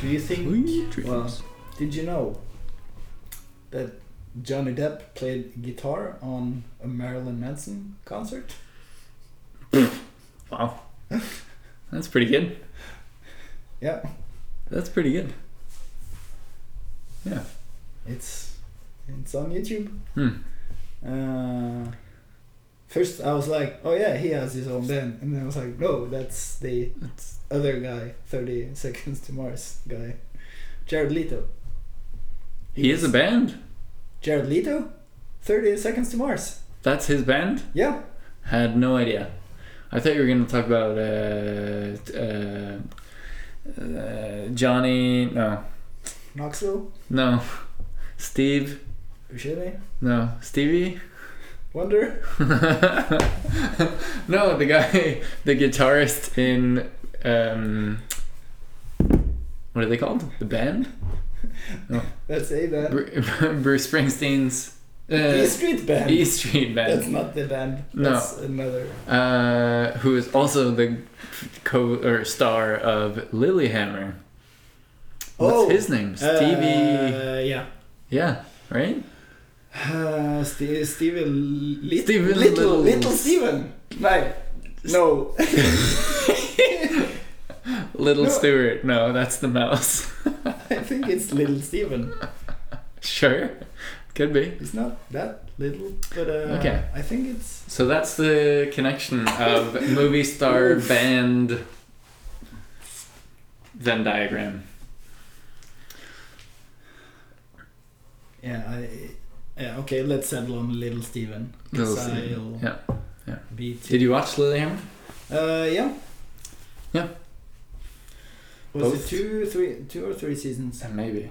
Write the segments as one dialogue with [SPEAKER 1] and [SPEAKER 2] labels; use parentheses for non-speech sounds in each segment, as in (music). [SPEAKER 1] Do you think?
[SPEAKER 2] Sweet
[SPEAKER 1] Well,
[SPEAKER 2] dreams.
[SPEAKER 1] did you know that Johnny Depp played guitar on a Marilyn Manson concert?
[SPEAKER 2] Wow. That's pretty good.
[SPEAKER 1] Yeah,
[SPEAKER 2] That's pretty good. Yeah.
[SPEAKER 1] it's it's on YouTube.
[SPEAKER 2] Hmm.
[SPEAKER 1] Uh, first, I was like, "Oh yeah, he has his own band," and then I was like, "No, that's the
[SPEAKER 2] That's
[SPEAKER 1] other guy, Thirty Seconds to Mars guy, Jared Leto."
[SPEAKER 2] he is a band.
[SPEAKER 1] Jared Leto, Thirty Seconds to Mars.
[SPEAKER 2] That's his band.
[SPEAKER 1] Yeah,
[SPEAKER 2] Had no idea. I thought you were going to talk about uh, t- uh, uh, Johnny. No,
[SPEAKER 1] Knoxville,
[SPEAKER 2] no. Steve.
[SPEAKER 1] Ushimi,
[SPEAKER 2] No, Stevie. (laughs)
[SPEAKER 1] Wonder.
[SPEAKER 2] no, the guy, the guitarist in um, what are they called? The band?
[SPEAKER 1] That's a band.
[SPEAKER 2] Bru- (laughs) Bruce Springsteen's
[SPEAKER 1] E
[SPEAKER 2] uh,
[SPEAKER 1] Street
[SPEAKER 2] (laughs)
[SPEAKER 1] Band.
[SPEAKER 2] E Street
[SPEAKER 1] That's
[SPEAKER 2] Band,
[SPEAKER 1] not the band.
[SPEAKER 2] No.
[SPEAKER 1] That's another.
[SPEAKER 2] uh, who is also the co or star of Lilyhammer. What's
[SPEAKER 1] Oh,
[SPEAKER 2] his name?
[SPEAKER 1] uh,
[SPEAKER 2] Stevie.
[SPEAKER 1] yeah.
[SPEAKER 2] yeah, right.
[SPEAKER 1] Uh, Stevie, Stevie, Li-
[SPEAKER 2] Steven Little.
[SPEAKER 1] Little, Little Steven. No, no. (laughs)
[SPEAKER 2] Little
[SPEAKER 1] No.
[SPEAKER 2] Stewart. No, that's the mouse. (laughs)
[SPEAKER 1] I think it's Little Steven.
[SPEAKER 2] sure, could be.
[SPEAKER 1] It's not that little, but uh,
[SPEAKER 2] Okay.
[SPEAKER 1] I think it's
[SPEAKER 2] So that's the connection of
[SPEAKER 1] (laughs)
[SPEAKER 2] movie star
[SPEAKER 1] Oof.
[SPEAKER 2] band Venn diagram.
[SPEAKER 1] yeah. I, yeah. Okay, let's settle on Little Steven. 'cause
[SPEAKER 2] Little Steven,
[SPEAKER 1] I'll
[SPEAKER 2] yeah.
[SPEAKER 1] Be too.
[SPEAKER 2] Did you watch Lilyhammer?
[SPEAKER 1] Uh, yeah.
[SPEAKER 2] Yeah.
[SPEAKER 1] Was
[SPEAKER 2] Both?
[SPEAKER 1] it two, three, two or three seasons?
[SPEAKER 2] Maybe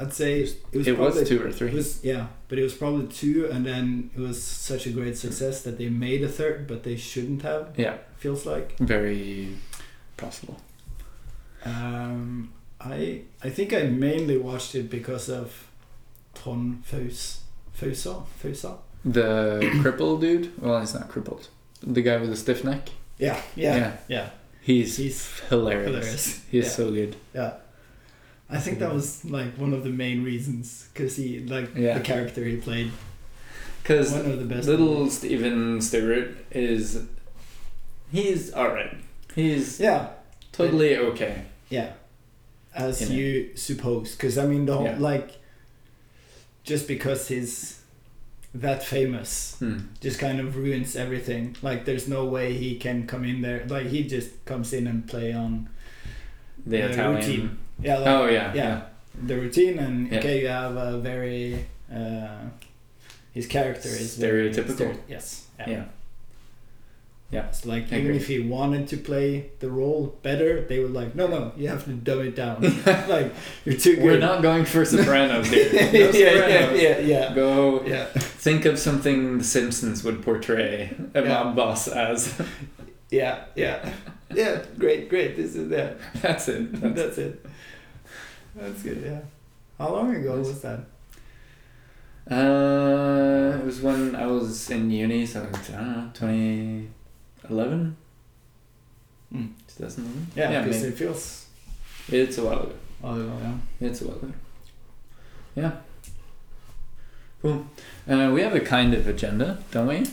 [SPEAKER 1] I'd say it was
[SPEAKER 2] it
[SPEAKER 1] probably
[SPEAKER 2] was two or
[SPEAKER 1] It
[SPEAKER 2] three.
[SPEAKER 1] was yeah, but it was probably two, and then it was such a great success that they made a third, but they shouldn't have.
[SPEAKER 2] Yeah,
[SPEAKER 1] Feels like.
[SPEAKER 2] very possible.
[SPEAKER 1] Um, I I think I mainly watched it because of Ton Fus Fusa Fusa.
[SPEAKER 2] The crippled dude. Well, he's not crippled. The guy with the stiff neck.
[SPEAKER 1] Yeah, yeah, yeah.
[SPEAKER 2] He's,
[SPEAKER 1] He's
[SPEAKER 2] hilarious.
[SPEAKER 1] hilarious.
[SPEAKER 2] He's
[SPEAKER 1] Yeah.
[SPEAKER 2] so good.
[SPEAKER 1] Yeah. I think that was like one of the main reasons because he like
[SPEAKER 2] Yeah.
[SPEAKER 1] the character he played
[SPEAKER 2] Because
[SPEAKER 1] one of the best
[SPEAKER 2] little Steven Stewart is he's all right. He's
[SPEAKER 1] yeah
[SPEAKER 2] totally okay.
[SPEAKER 1] Yeah, as
[SPEAKER 2] You know.
[SPEAKER 1] you suppose, because I mean the whole
[SPEAKER 2] Yeah.
[SPEAKER 1] like, just because he's that famous,
[SPEAKER 2] Hmm.
[SPEAKER 1] just kind of ruins everything. Like, there's no way he can come in there. Like, he just comes in and play on
[SPEAKER 2] The
[SPEAKER 1] Yeah,
[SPEAKER 2] Italian.
[SPEAKER 1] routine. yeah, like,
[SPEAKER 2] Oh yeah,
[SPEAKER 1] yeah.
[SPEAKER 2] yeah.
[SPEAKER 1] the routine, and
[SPEAKER 2] Yeah.
[SPEAKER 1] okay, you have a very uh, his character is very
[SPEAKER 2] Stereotypical.
[SPEAKER 1] stere- yes.
[SPEAKER 2] Yeah. Yeah.
[SPEAKER 1] It's like
[SPEAKER 2] I
[SPEAKER 1] even
[SPEAKER 2] agree.
[SPEAKER 1] if he wanted to play the role better, they were like, no, no, you have to dumb it
[SPEAKER 2] (laughs)
[SPEAKER 1] down. (laughs) like you're too good.
[SPEAKER 2] We're not going for Sopranos (laughs) here. No
[SPEAKER 1] yeah,
[SPEAKER 2] Sopranos.
[SPEAKER 1] yeah, yeah, yeah.
[SPEAKER 2] Go
[SPEAKER 1] Yeah.
[SPEAKER 2] think of something The Simpsons would portray a
[SPEAKER 1] Yeah.
[SPEAKER 2] mob boss as. (laughs)
[SPEAKER 1] Yeah, (laughs) yeah. Yeah, great, great. This is yeah.
[SPEAKER 2] That's it. That's
[SPEAKER 1] That's it. That's good, yeah. How long ago was that?
[SPEAKER 2] Uh, it was when I was in uni, so I don't know, 2011?
[SPEAKER 1] Hmm.
[SPEAKER 2] 2011?
[SPEAKER 1] Yeah, because
[SPEAKER 2] maybe.
[SPEAKER 1] it feels
[SPEAKER 2] It's a while ago.
[SPEAKER 1] oh, yeah.
[SPEAKER 2] It's a while ago. Yeah. Cool. Uh, we have a kind of agenda, don't we?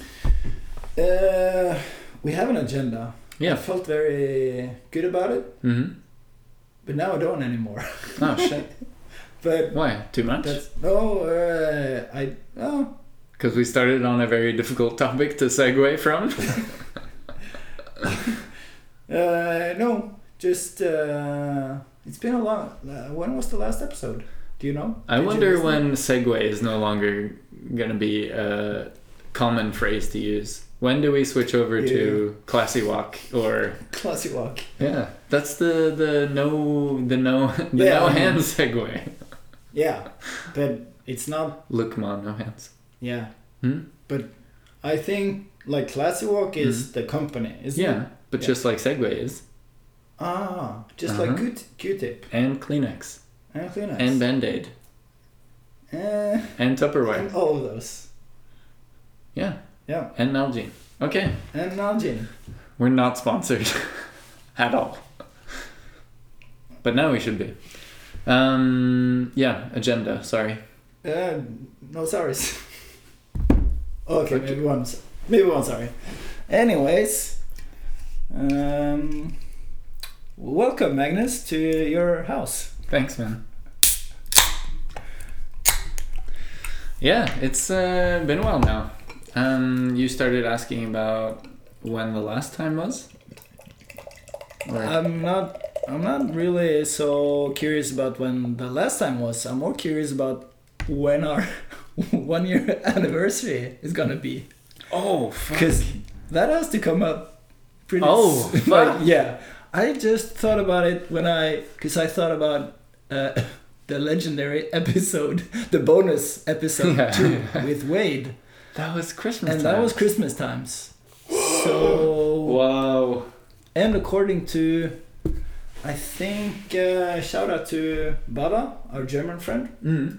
[SPEAKER 1] Uh we have an agenda. I
[SPEAKER 2] Yeah.
[SPEAKER 1] felt very good about it,
[SPEAKER 2] Mm-hmm.
[SPEAKER 1] but now I don't anymore. (laughs)
[SPEAKER 2] Oh, (laughs) shit.
[SPEAKER 1] but
[SPEAKER 2] Why? Too much?
[SPEAKER 1] that's no uh I oh
[SPEAKER 2] Because we started on a very difficult topic to segue from.
[SPEAKER 1] uh no. Just uh it's been a long uh, when was the last episode? Do you know?
[SPEAKER 2] I
[SPEAKER 1] Did you
[SPEAKER 2] wonder
[SPEAKER 1] listen?
[SPEAKER 2] when segue is no longer going to be a common phrase to use. When do we switch over to classy walk or
[SPEAKER 1] classy walk.
[SPEAKER 2] yeah? That's the the no the no (laughs) the
[SPEAKER 1] Yeah,
[SPEAKER 2] no
[SPEAKER 1] I know.
[SPEAKER 2] hand segue.
[SPEAKER 1] Yeah, but it's not.
[SPEAKER 2] Look, mom, no hands.
[SPEAKER 1] Yeah,
[SPEAKER 2] Hmm?
[SPEAKER 1] I think like Classy Walk is the company, isn't it?
[SPEAKER 2] Mm-hmm. Yeah, but
[SPEAKER 1] Yeah.
[SPEAKER 2] just like segue is
[SPEAKER 1] Ah, just like
[SPEAKER 2] Uh-huh.
[SPEAKER 1] Q- Q-tip
[SPEAKER 2] and Kleenex
[SPEAKER 1] and Kleenex
[SPEAKER 2] and Band Aid
[SPEAKER 1] Eh,
[SPEAKER 2] and Tupperware.
[SPEAKER 1] and all of those.
[SPEAKER 2] Yeah,
[SPEAKER 1] Yeah,
[SPEAKER 2] and Nalgene. Okay,
[SPEAKER 1] and Nalgene.
[SPEAKER 2] (laughs) we're not sponsored at all. But now we should be. Um, yeah, agenda. Sorry.
[SPEAKER 1] Uh, no sorries. (laughs) okay, maybe one. so- Maybe one sorry. Anyways, um, welcome Magnus to your house.
[SPEAKER 2] Thanks, man. Yeah, it's uh, been a while now. Um, you started asking about when the last time was. Or-
[SPEAKER 1] I'm not. I'm not really so curious about when the last time was. I'm more curious about when our (laughs) one year anniversary is gonna be.
[SPEAKER 2] oh, fuck.
[SPEAKER 1] Because that has to come up pretty
[SPEAKER 2] Oh,
[SPEAKER 1] s- (laughs)
[SPEAKER 2] fuck.
[SPEAKER 1] yeah. I just thought about it when I. Because I thought about uh, (laughs) the legendary episode, (laughs) the bonus episode
[SPEAKER 2] Yeah.
[SPEAKER 1] two with
[SPEAKER 2] (laughs)
[SPEAKER 1] Wade.
[SPEAKER 2] that was Christmas.
[SPEAKER 1] And
[SPEAKER 2] time.
[SPEAKER 1] that was Christmas times. So.
[SPEAKER 2] Wow.
[SPEAKER 1] And according to. I think. Uh, shout out to Baba, our German friend.
[SPEAKER 2] Mm.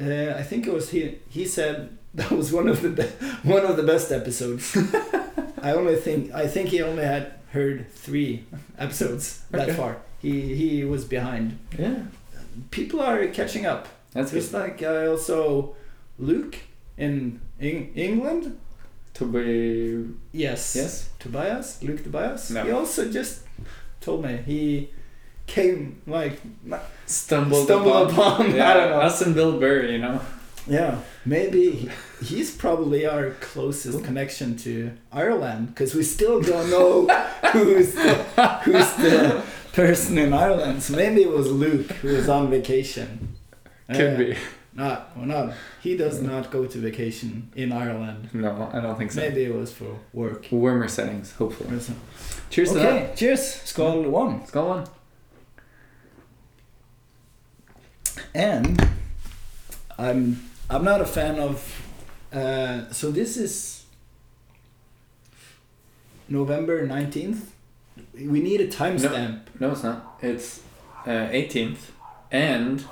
[SPEAKER 1] Uh, I think it was he. He said (laughs) that was one of the be- one of the best episodes. (laughs) I only think I think he only had heard three (laughs) episodes that
[SPEAKER 2] Okay.
[SPEAKER 1] far. He he was behind.
[SPEAKER 2] Yeah.
[SPEAKER 1] People are catching up.
[SPEAKER 2] That's
[SPEAKER 1] Just
[SPEAKER 2] good.
[SPEAKER 1] like I also Luke in Eng- England.
[SPEAKER 2] To be
[SPEAKER 1] Yes.
[SPEAKER 2] yes.
[SPEAKER 1] Tobias, Luke Tobias.
[SPEAKER 2] No.
[SPEAKER 1] He also just told me he came like
[SPEAKER 2] Stumbled,
[SPEAKER 1] Stumbled upon, (laughs) I
[SPEAKER 2] Yeah,
[SPEAKER 1] don't know.
[SPEAKER 2] us and Bill Burr, you know.
[SPEAKER 1] Yeah, maybe he- he's probably our closest connection to Ireland because we still don't know who's who's the person in Ireland. So maybe it was Luke who was on vacation.
[SPEAKER 2] Could
[SPEAKER 1] Uh,
[SPEAKER 2] be.
[SPEAKER 1] Not, well, not. He does not go to vacation in Ireland.
[SPEAKER 2] No, I don't think so.
[SPEAKER 1] Maybe it was for work.
[SPEAKER 2] Warmer settings, hopefully.
[SPEAKER 1] Okay,
[SPEAKER 2] Cheers to that.
[SPEAKER 1] cheers. Skull one.
[SPEAKER 2] Let's go on.
[SPEAKER 1] and I'm I'm not a fan of. Uh, so this is November nineteenth. We need a timestamp.
[SPEAKER 2] No, it's not. It's uh, 18th. And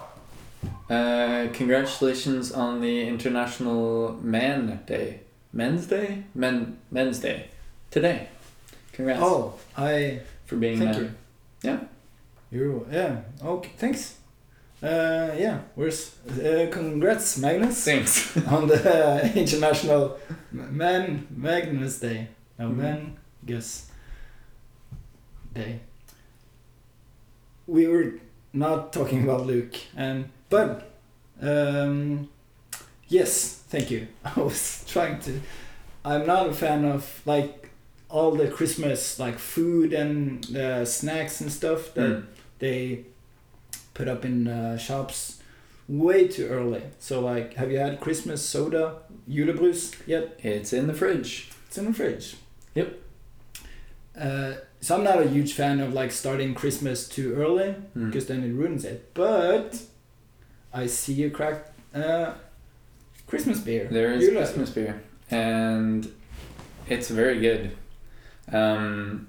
[SPEAKER 2] uh, congratulations on the International Man Day. Men's Day? Men Men's Day. Today. Congrats
[SPEAKER 1] Oh, I
[SPEAKER 2] for being
[SPEAKER 1] thank
[SPEAKER 2] men.
[SPEAKER 1] you.
[SPEAKER 2] Yeah.
[SPEAKER 1] You yeah okay thanks. Uh, yeah, where's uh, congrats Magnus
[SPEAKER 2] Thanks.
[SPEAKER 1] on the uh, International Man Magnus Day. No,
[SPEAKER 2] Mhm.
[SPEAKER 1] Man Guess Day. We were not talking about Luke, and but um, yes, thank you. (laughs) I was trying to. I'm not a fan of like all the Christmas like food and uh, snacks and stuff (laughs) that
[SPEAKER 2] Mm.
[SPEAKER 1] they put up in uh, shops way too early. So like, have you had Christmas soda, julebrus yet?
[SPEAKER 2] It's in the fridge.
[SPEAKER 1] It's in the fridge.
[SPEAKER 2] Yep.
[SPEAKER 1] Uh, so I'm not a huge fan of like starting Christmas too early
[SPEAKER 2] Mm.
[SPEAKER 1] because then it ruins it. But I see a cracked uh, Christmas beer.
[SPEAKER 2] There is
[SPEAKER 1] Jule.
[SPEAKER 2] Christmas beer, and it's very good. Um,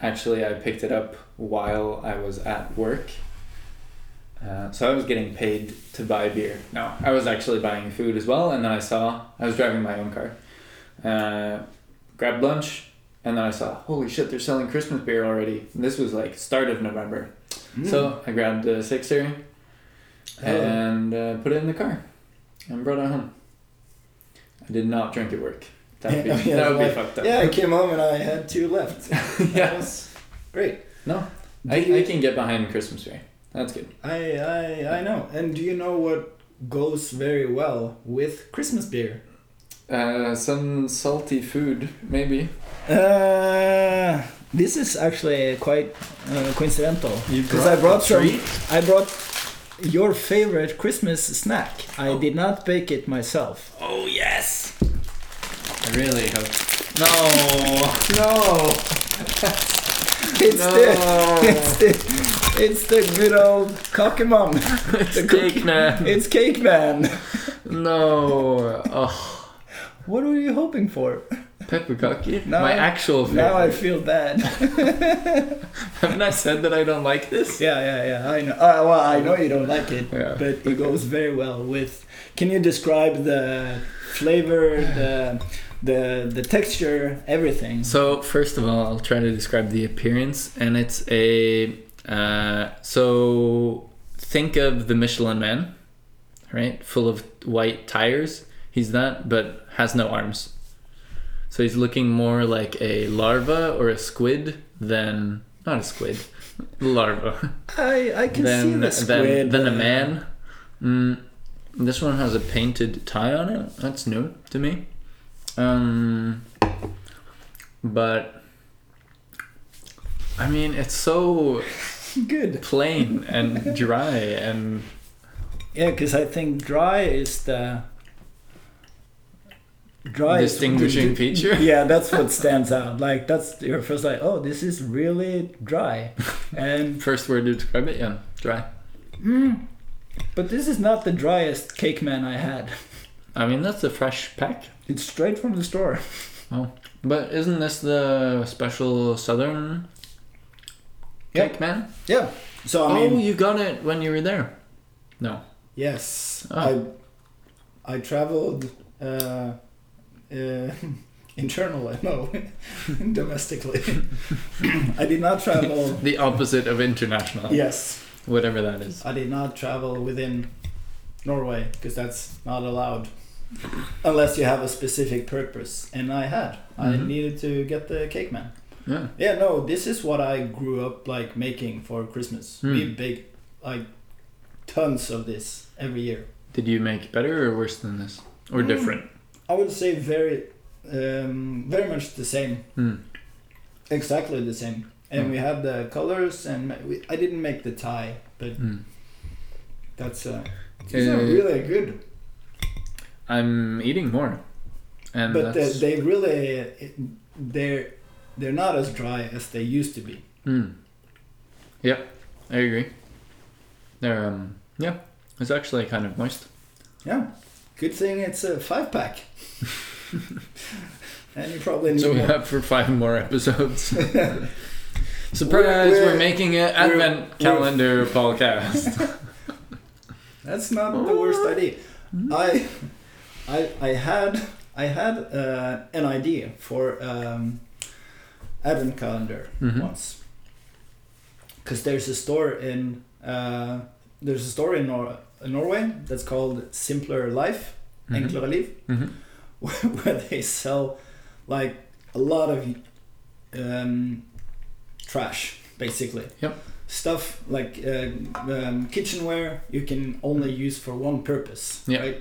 [SPEAKER 2] actually, I picked it up while I was at work. Uh, so I was getting paid to buy beer. No, I was actually buying food as well, and then I saw I was driving my own car. Uh, grabbed lunch, and then I saw, holy shit, they're selling Christmas beer already. And this was like start of November,
[SPEAKER 1] Mm.
[SPEAKER 2] so I grabbed a sixer
[SPEAKER 1] Oh.
[SPEAKER 2] and uh, put it in the car and brought it home. I did not drink at work. That would
[SPEAKER 1] (laughs)
[SPEAKER 2] be,
[SPEAKER 1] Oh, Yeah, yeah,
[SPEAKER 2] that would be
[SPEAKER 1] like-
[SPEAKER 2] fucked up.
[SPEAKER 1] yeah, I came home and I had two left. That
[SPEAKER 2] (laughs) Yeah.
[SPEAKER 1] was great.
[SPEAKER 2] No,
[SPEAKER 1] Do
[SPEAKER 2] I,
[SPEAKER 1] you-
[SPEAKER 2] I can get behind Christmas tree. That's good.
[SPEAKER 1] I, I I know. And do you know what goes very well with Christmas beer?
[SPEAKER 2] Uh, some salty food, maybe.
[SPEAKER 1] Uh, this is actually quite uh, coincidental
[SPEAKER 2] You
[SPEAKER 1] because I brought
[SPEAKER 2] a
[SPEAKER 1] some.
[SPEAKER 2] treat?
[SPEAKER 1] I brought your favorite Christmas snack. I
[SPEAKER 2] Oh.
[SPEAKER 1] did not bake it myself.
[SPEAKER 2] Oh yes. I really hope. No.
[SPEAKER 1] No, (laughs) it's the it's
[SPEAKER 2] no.
[SPEAKER 1] the it's the good old cockymum.
[SPEAKER 2] it's cake man.
[SPEAKER 1] It's cake man.
[SPEAKER 2] no. Oh,
[SPEAKER 1] What were you hoping for?
[SPEAKER 2] peppercocky.
[SPEAKER 1] Now
[SPEAKER 2] My
[SPEAKER 1] I-
[SPEAKER 2] actual favorite.
[SPEAKER 1] Now I feel bad. (laughs)
[SPEAKER 2] Haven't I said that I don't like this?
[SPEAKER 1] Yeah, yeah, yeah. I know. Uh, well, I know you don't like it,
[SPEAKER 2] Yeah.
[SPEAKER 1] but it goes very well with. Can you describe the flavor, the the the texture, everything?
[SPEAKER 2] So first of all, I'll try to describe the appearance, and it's a Uh, so think of the Michelin Man, right? Full of white tires. He's that, but has no arms. So he's looking more like a larva or a squid than not a squid, larva.
[SPEAKER 1] I I can see
[SPEAKER 2] than,
[SPEAKER 1] the
[SPEAKER 2] than
[SPEAKER 1] squid. uh,
[SPEAKER 2] than a man. Mm, this one has a painted tie on it. That's new to me. Um, but I mean, it's so
[SPEAKER 1] Good.
[SPEAKER 2] plain and dry and
[SPEAKER 1] Yeah, because I think dry is the dry is-
[SPEAKER 2] Distinguishing feature?
[SPEAKER 1] (laughs) Yeah, that's what stands out. Like that's your first like, oh, this is really
[SPEAKER 2] (laughs)
[SPEAKER 1] dry, and
[SPEAKER 2] first word to describe it, yeah, dry.
[SPEAKER 1] mm, but this is not the driest cake man I had.
[SPEAKER 2] I mean, that's a fresh pack.
[SPEAKER 1] It's straight from the store.
[SPEAKER 2] But isn't this the special southern
[SPEAKER 1] Yeah.
[SPEAKER 2] cake man?
[SPEAKER 1] Yeah. So I
[SPEAKER 2] oh,
[SPEAKER 1] mean,
[SPEAKER 2] you got it when you were there. No.
[SPEAKER 1] yes,
[SPEAKER 2] Oh.
[SPEAKER 1] I I traveled uh, uh, (laughs) internally, no, (laughs) domestically. (clears throat) I did not
[SPEAKER 2] (laughs)
[SPEAKER 1] travel.
[SPEAKER 2] The opposite of international.
[SPEAKER 1] yes.
[SPEAKER 2] Whatever that is.
[SPEAKER 1] I did not travel within Norway because that's not allowed unless you have a specific purpose. And I had. I
[SPEAKER 2] Mhm.
[SPEAKER 1] needed to get the cake man.
[SPEAKER 2] Yeah.
[SPEAKER 1] Yeah, no, this is what I grew up like making for Christmas.
[SPEAKER 2] Hmm.
[SPEAKER 1] We bake like tons of this every year.
[SPEAKER 2] Did you make better or worse than this? Or
[SPEAKER 1] Mm.
[SPEAKER 2] different?
[SPEAKER 1] I would say very, um, very much the same,
[SPEAKER 2] Hmm.
[SPEAKER 1] exactly the same. And
[SPEAKER 2] Hmm.
[SPEAKER 1] we had the colors, and ma- we, I didn't make the tie, but
[SPEAKER 2] Hmm.
[SPEAKER 1] that's uh, these are
[SPEAKER 2] Uh,
[SPEAKER 1] really good.
[SPEAKER 2] I'm eating more. And
[SPEAKER 1] but uh, they,
[SPEAKER 2] that's.
[SPEAKER 1] they really they're they're not as dry as they used to be
[SPEAKER 2] Hmm. Yeah, I agree. They're, um, yeah, it's actually kind of moist.
[SPEAKER 1] yeah good thing it's a five
[SPEAKER 2] (laughs)
[SPEAKER 1] pack and you probably need
[SPEAKER 2] So we
[SPEAKER 1] more.
[SPEAKER 2] have for five more
[SPEAKER 1] (laughs)
[SPEAKER 2] episodes. Surprise,
[SPEAKER 1] We're-
[SPEAKER 2] we're,
[SPEAKER 1] we're-
[SPEAKER 2] making an
[SPEAKER 1] we're-
[SPEAKER 2] advent
[SPEAKER 1] we're-
[SPEAKER 2] calendar
[SPEAKER 1] (laughs)
[SPEAKER 2] podcast.
[SPEAKER 1] that's not the worst idea i i i had i had uh, an idea for um advent calendar
[SPEAKER 2] Mhm.
[SPEAKER 1] once because there's a store in uh there's a store in Nor- norway that's called simpler life
[SPEAKER 2] Mhm.
[SPEAKER 1] enklere liv
[SPEAKER 2] Mhm.
[SPEAKER 1] (laughs) where they sell like a lot of um, trash basically
[SPEAKER 2] Yep.
[SPEAKER 1] stuff like uh, um, kitchenware you can only use for one purpose
[SPEAKER 2] Yeah.
[SPEAKER 1] right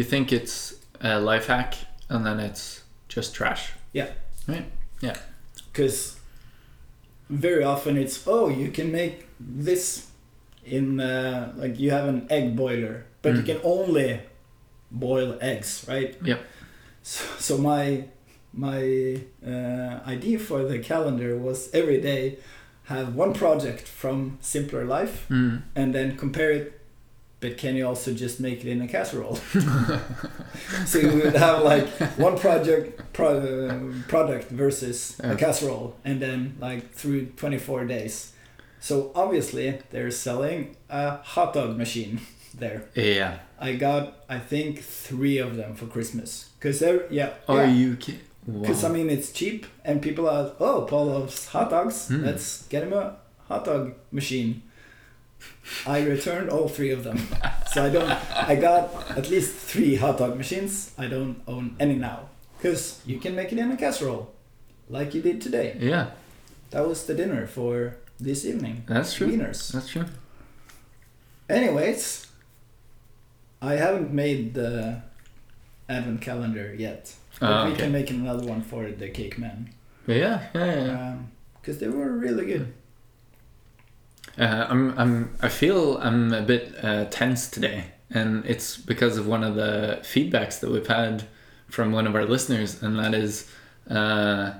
[SPEAKER 2] You think it's a life hack, and then it's just trash.
[SPEAKER 1] because very often it's oh you can make this in uh, like you have an egg boiler but you
[SPEAKER 2] Mm.
[SPEAKER 1] can only boil eggs right
[SPEAKER 2] Yep.
[SPEAKER 1] so, so my my uh, idea for the calendar was every day have one project from simpler life
[SPEAKER 2] Mm.
[SPEAKER 1] and then compare it but can you also just make it in a casserole so you would have like one project pro- um, product versus
[SPEAKER 2] Yeah.
[SPEAKER 1] a casserole and then like through 24 days so obviously they're selling a hot dog machine there
[SPEAKER 2] Yeah.
[SPEAKER 1] i got i think three of them for christmas because they're yeah
[SPEAKER 2] Are
[SPEAKER 1] yeah.
[SPEAKER 2] you kidding?
[SPEAKER 1] Because I mean, it's cheap, and people are oh, Paul loves hot dogs.
[SPEAKER 2] Hmm.
[SPEAKER 1] Let's get him a hot dog machine. I returned all three of them, so I don't. I got at least three hot dog machines. I don't own any now, because you can make it in a casserole, like you did today.
[SPEAKER 2] Yeah,
[SPEAKER 1] That was the dinner for this evening.
[SPEAKER 2] that's true.
[SPEAKER 1] Wieners.
[SPEAKER 2] That's true.
[SPEAKER 1] Anyways, I haven't made the advent calendar yet, but
[SPEAKER 2] Ah,
[SPEAKER 1] we
[SPEAKER 2] okay.
[SPEAKER 1] can make another one for the cake man.
[SPEAKER 2] Yeah, yeah, yeah. yeah.
[SPEAKER 1] because Um, they were really good.
[SPEAKER 2] Uh, I'm, I'm, I feel I'm a bit uh, tense today, and it's because of one of the feedbacks that we've had from one of our listeners, and that is uh,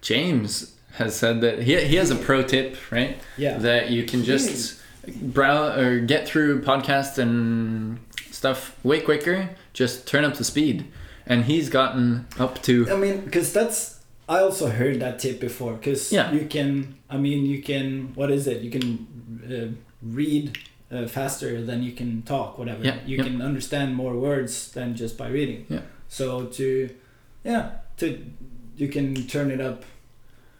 [SPEAKER 2] James has said that he, he has a pro tip, right?
[SPEAKER 1] Yeah,
[SPEAKER 2] That you can just brow or get through podcasts and stuff way quicker. Just turn up the speed, and he's gotten up to
[SPEAKER 1] I mean, because that's I also heard that tip before. Because
[SPEAKER 2] Yeah.
[SPEAKER 1] you can, I mean, you can. What is it? You can uh, read uh, faster than you can talk. Whatever.
[SPEAKER 2] Yeah,
[SPEAKER 1] You
[SPEAKER 2] yeah.
[SPEAKER 1] can understand more words than just by reading.
[SPEAKER 2] Yeah.
[SPEAKER 1] So to, yeah, to you can turn it up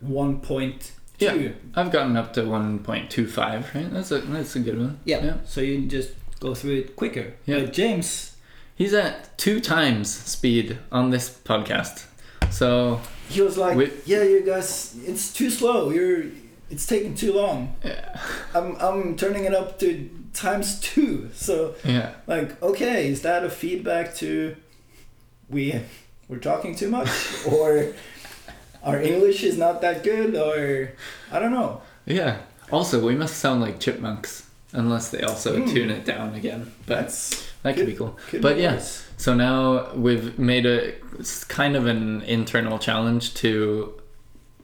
[SPEAKER 1] one point
[SPEAKER 2] Yeah.
[SPEAKER 1] Two.
[SPEAKER 2] I've gotten up to 1.25, right? That's a that's a good one.
[SPEAKER 1] Yeah. So you just go through it quicker.
[SPEAKER 2] Yeah.
[SPEAKER 1] But James,
[SPEAKER 2] He's at two times speed on this podcast. So
[SPEAKER 1] he was like,
[SPEAKER 2] We-
[SPEAKER 1] "Yeah, you guys, it's too slow. You're, it's taking too long.
[SPEAKER 2] yeah,
[SPEAKER 1] I'm, I'm turning it up to times two. So
[SPEAKER 2] yeah,
[SPEAKER 1] like, okay, is that a feedback to we, we're talking too
[SPEAKER 2] (laughs)
[SPEAKER 1] much, or our English is not that good, or I don't know.
[SPEAKER 2] yeah. Also, we must sound like chipmunks unless they also
[SPEAKER 1] Hmm.
[SPEAKER 2] tune it down again. But
[SPEAKER 1] That's
[SPEAKER 2] that could be cool.
[SPEAKER 1] could
[SPEAKER 2] But
[SPEAKER 1] be
[SPEAKER 2] yeah.
[SPEAKER 1] worse.
[SPEAKER 2] So now we've made a it's kind of an internal challenge to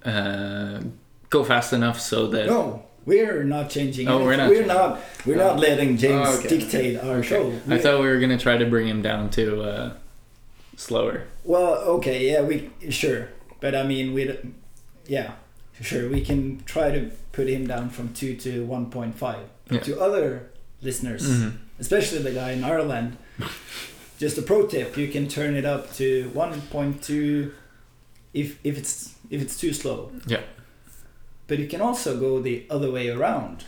[SPEAKER 2] uh, go fast enough so that
[SPEAKER 1] No, we're not changing.
[SPEAKER 2] Oh, we're
[SPEAKER 1] anything.
[SPEAKER 2] not
[SPEAKER 1] We're not. We're not letting James
[SPEAKER 2] Oh, okay.
[SPEAKER 1] dictate our
[SPEAKER 2] Okay.
[SPEAKER 1] show.
[SPEAKER 2] I
[SPEAKER 1] We-
[SPEAKER 2] thought we were gonna try to bring him down to uh, slower.
[SPEAKER 1] well, okay, yeah, we sure, but I mean, we, d- yeah, sure, we can try to put him down from two to one point five
[SPEAKER 2] Yeah.
[SPEAKER 1] to other listeners,
[SPEAKER 2] Mhm.
[SPEAKER 1] especially the guy in Ireland. (laughs) Just a pro tip: you can turn it up to one point two, if if it's if it's too slow.
[SPEAKER 2] Yeah.
[SPEAKER 1] But you can also go the other way around.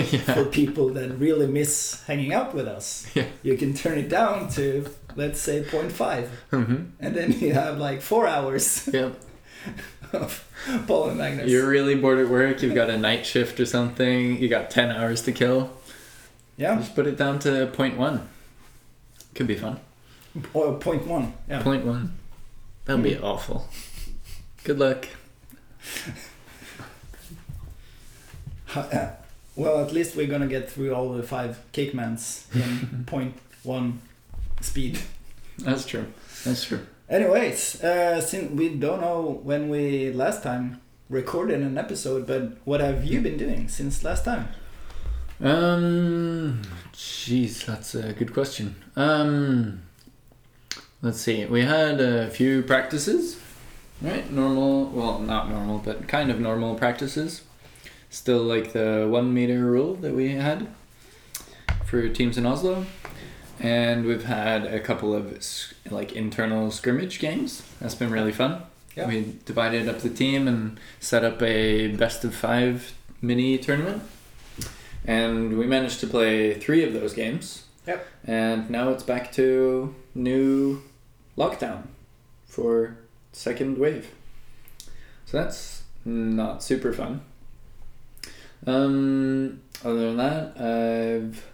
[SPEAKER 2] (laughs) (laughs) yeah.
[SPEAKER 1] people that really miss hanging out with us.
[SPEAKER 2] Yeah.
[SPEAKER 1] You can turn it down to let's say 0.5
[SPEAKER 2] hmm
[SPEAKER 1] and then you have like 4 hours (laughs)
[SPEAKER 2] Yep.
[SPEAKER 1] of Paul and Magnus.
[SPEAKER 2] You're really bored at work. You've got a night shift or something. You got ten hours to kill.
[SPEAKER 1] yeah.
[SPEAKER 2] Just put it down to point one. Could be fun.
[SPEAKER 1] Or 0.1. Yeah.
[SPEAKER 2] Point one. That'd be awful. Good luck.
[SPEAKER 1] Ha- uh, Well, at least we're going to get through all the five cake mans
[SPEAKER 2] (laughs)
[SPEAKER 1] in 0.1 speed.
[SPEAKER 2] That's true. That's true.
[SPEAKER 1] Anyways, uh, since we don't know when we last time recorded an episode, but what have you been doing since last time?
[SPEAKER 2] Um, jeez, that's a good question. Um, let's see. We had a few practices, right? Normal, well, not normal, but kind of normal practices. Still like the one meter rule that we had for teams in Oslo, and we've had a couple of s- like internal scrimmage games. That's been really fun.
[SPEAKER 1] Yeah.
[SPEAKER 2] We divided up the team and set up a best of five mini tournament and we managed to play three of those games.
[SPEAKER 1] Yep.
[SPEAKER 2] And now it's back to new lockdown for second wave. So that's not super fun. Um, other than that, I've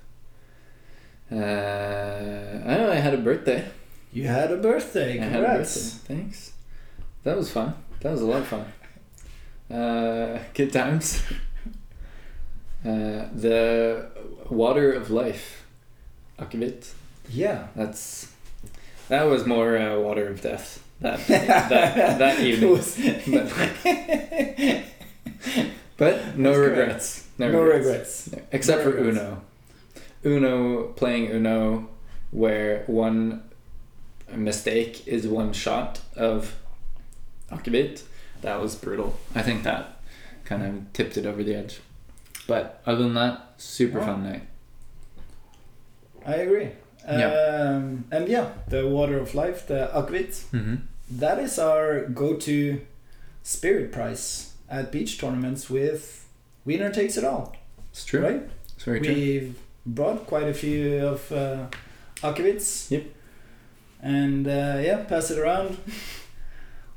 [SPEAKER 2] uh, I know I had a birthday.
[SPEAKER 1] You had a birthday.
[SPEAKER 2] I had
[SPEAKER 1] Congrats.
[SPEAKER 2] a birthday. Thanks. That was fun. That was a lot of fun. Uh, good times. (laughs) Uh, the water of life, akvavit.
[SPEAKER 1] Yeah.
[SPEAKER 2] That's that was more uh, water of death. That that,
[SPEAKER 1] (laughs)
[SPEAKER 2] that evening. But- but no
[SPEAKER 1] That's correct.
[SPEAKER 2] regrets.
[SPEAKER 1] (laughs) no, regrets.
[SPEAKER 2] No, Except
[SPEAKER 1] No
[SPEAKER 2] for
[SPEAKER 1] regrets.
[SPEAKER 2] Uno. Uno playing Uno where one mistake is one shot of Akibit. That was brutal. I think that kind of tipped it over the edge. But other than that, super fun night.
[SPEAKER 1] I agree. Um,
[SPEAKER 2] Yeah.
[SPEAKER 1] And yeah, the water of life, the aquavit,
[SPEAKER 2] Mm-hmm.
[SPEAKER 1] that is our go-to spirit prize at beach tournaments. With winner takes it all,
[SPEAKER 2] It's true.
[SPEAKER 1] right?
[SPEAKER 2] It's very true.
[SPEAKER 1] We've brought quite a few of uh, aquavits.
[SPEAKER 2] Yep.
[SPEAKER 1] And uh, yeah, pass it around. (laughs)